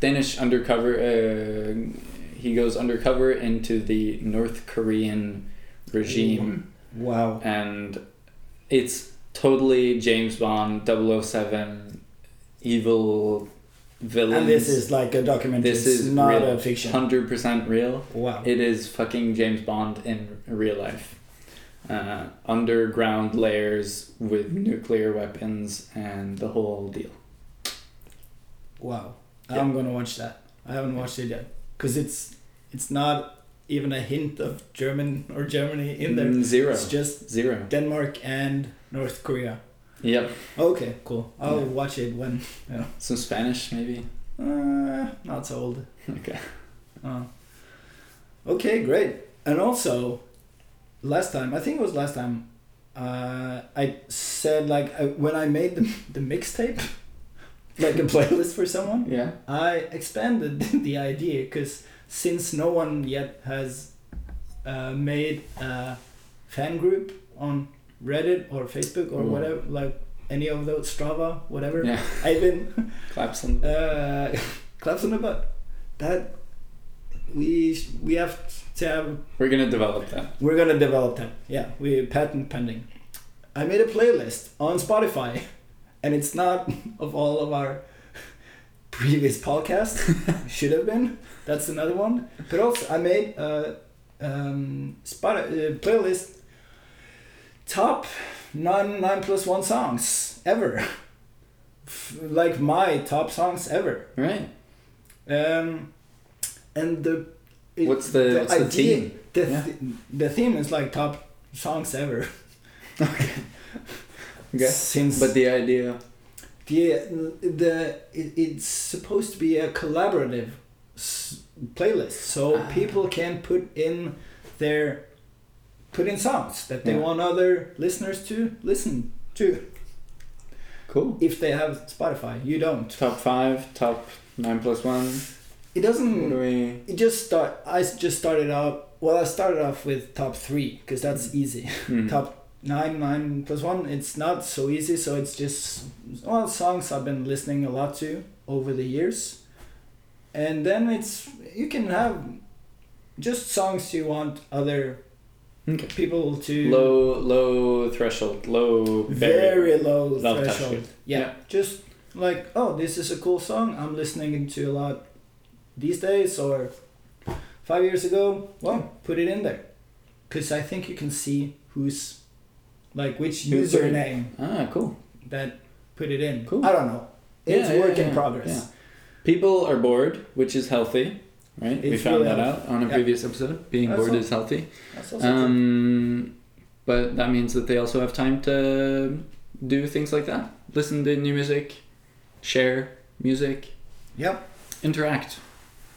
[SPEAKER 2] Danish undercover. Uh, he goes undercover into the North Korean regime
[SPEAKER 1] Wow.
[SPEAKER 2] and it's totally James Bond 007 evil villains.
[SPEAKER 1] And this is like a documentary.
[SPEAKER 2] This
[SPEAKER 1] it's
[SPEAKER 2] is
[SPEAKER 1] not
[SPEAKER 2] real.
[SPEAKER 1] a fiction.
[SPEAKER 2] 100% real.
[SPEAKER 1] Wow.
[SPEAKER 2] It is fucking James Bond in real life. Uh, underground layers with nuclear weapons and the whole deal.
[SPEAKER 1] Wow.
[SPEAKER 2] Yeah.
[SPEAKER 1] I'm gonna watch that. I haven't watched it yet because it's it's not even a hint of German or Germany in there.
[SPEAKER 2] Mm, Zero.
[SPEAKER 1] It's just
[SPEAKER 2] Zero.
[SPEAKER 1] Denmark and North Korea.
[SPEAKER 2] Yep.
[SPEAKER 1] Okay, cool. I'll
[SPEAKER 2] Yeah.
[SPEAKER 1] watch it when
[SPEAKER 2] Some Spanish, maybe.
[SPEAKER 1] uh, not so old.
[SPEAKER 2] (laughs) Okay.
[SPEAKER 1] Uh, okay, great. And also, last time I think it was last time, uh, I said like I, when I made the the mixtape, like a playlist for someone.
[SPEAKER 2] Yeah.
[SPEAKER 1] I expanded (laughs) the idea because since no one yet has uh, made a fan group on Reddit or Facebook or
[SPEAKER 2] Mm.
[SPEAKER 1] whatever, like any of those Strava, whatever,
[SPEAKER 2] Yeah.
[SPEAKER 1] I've been
[SPEAKER 2] Claps on.
[SPEAKER 1] uh, (laughs) claps on the butt. That we sh- we have to have.
[SPEAKER 2] We're gonna develop that.
[SPEAKER 1] We're gonna develop that. Yeah, we patent pending. I made a playlist on Spotify, and it's not (laughs) of all of our (laughs) previous podcasts should have been. That's another one. But also, I made a um, spot, uh, playlist top non nine plus one songs ever. (laughs) F- like my top songs ever.
[SPEAKER 2] Right.
[SPEAKER 1] Um, and the it-
[SPEAKER 2] What's the, what's the theme?
[SPEAKER 1] The,
[SPEAKER 2] Yeah.
[SPEAKER 1] th- the theme is like top songs ever.
[SPEAKER 2] Okay.
[SPEAKER 1] Since
[SPEAKER 2] But the idea.
[SPEAKER 1] the the it, it's supposed to be a collaborative s- playlist so
[SPEAKER 2] Ah.
[SPEAKER 1] people can put in their put in songs that they
[SPEAKER 2] Yeah.
[SPEAKER 1] want other listeners to listen to
[SPEAKER 2] Cool.
[SPEAKER 1] if they have spotify you don't
[SPEAKER 2] Top five, top nine plus one. What do
[SPEAKER 1] it doesn't
[SPEAKER 2] we?
[SPEAKER 1] it just start i s- just started out well i started off with top three because that's easy
[SPEAKER 2] Mm.
[SPEAKER 1] Hmm. top nine nine plus one it's not so easy so it's just well songs i've been listening a lot to over the years and then it's you can have just songs you want other
[SPEAKER 2] Okay.
[SPEAKER 1] people to
[SPEAKER 2] Low, low threshold, low barrier.
[SPEAKER 1] very low
[SPEAKER 2] low
[SPEAKER 1] threshold
[SPEAKER 2] threshold.
[SPEAKER 1] yeah,
[SPEAKER 2] Yeah.
[SPEAKER 1] just like oh this is a cool song i'm listening to a lot these days or five years ago well put it in there because i think you can see who's like which
[SPEAKER 2] Who's put it-
[SPEAKER 1] username
[SPEAKER 2] Ah, cool.
[SPEAKER 1] that put it in.
[SPEAKER 2] Cool.
[SPEAKER 1] I don't know. It's
[SPEAKER 2] Yeah, yeah,
[SPEAKER 1] work
[SPEAKER 2] yeah,
[SPEAKER 1] in progress.
[SPEAKER 2] People are bored, which is healthy, right? we
[SPEAKER 1] It's
[SPEAKER 2] found
[SPEAKER 1] really
[SPEAKER 2] that out on a
[SPEAKER 1] Yeah.
[SPEAKER 2] previous episode. Being
[SPEAKER 1] That's
[SPEAKER 2] bored
[SPEAKER 1] all.
[SPEAKER 2] is healthy.
[SPEAKER 1] That's also true.
[SPEAKER 2] Um, but that means that they also have time to do things like that. Listen to new music, share music,
[SPEAKER 1] Yep.
[SPEAKER 2] interact.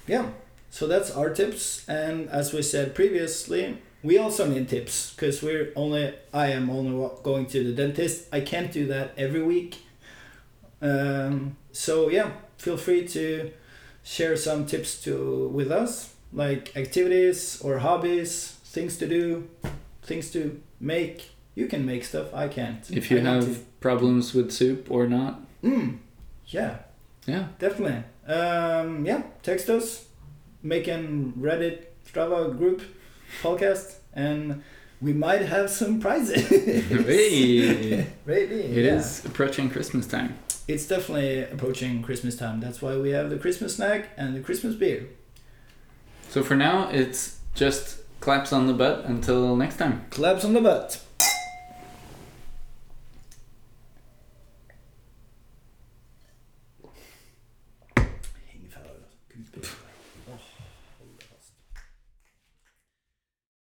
[SPEAKER 1] Yeah. So that's our tips, and as we said previously, we also need tips because we're only. I am only wa- going to the dentist. I can't do that every week. Um, so yeah, feel free to share some tips to with us, like activities or hobbies, things to do, things to make. You can make stuff. I can't.
[SPEAKER 2] If you
[SPEAKER 1] I need
[SPEAKER 2] have
[SPEAKER 1] to-
[SPEAKER 2] problems with soup or not,
[SPEAKER 1] Mm, yeah,
[SPEAKER 2] yeah,
[SPEAKER 1] (laughs) definitely. Um, yeah, text us, make an Reddit, Strava group, podcast, and we might have some prizes. (laughs)
[SPEAKER 2] hey,
[SPEAKER 1] Really?
[SPEAKER 2] it is approaching Christmas time.
[SPEAKER 1] It's definitely approaching Christmas time. That's why we have the Christmas snack and the Christmas beer.
[SPEAKER 2] So for now, it's just claps on the butt until next time.
[SPEAKER 1] Claps on the butt. Pff,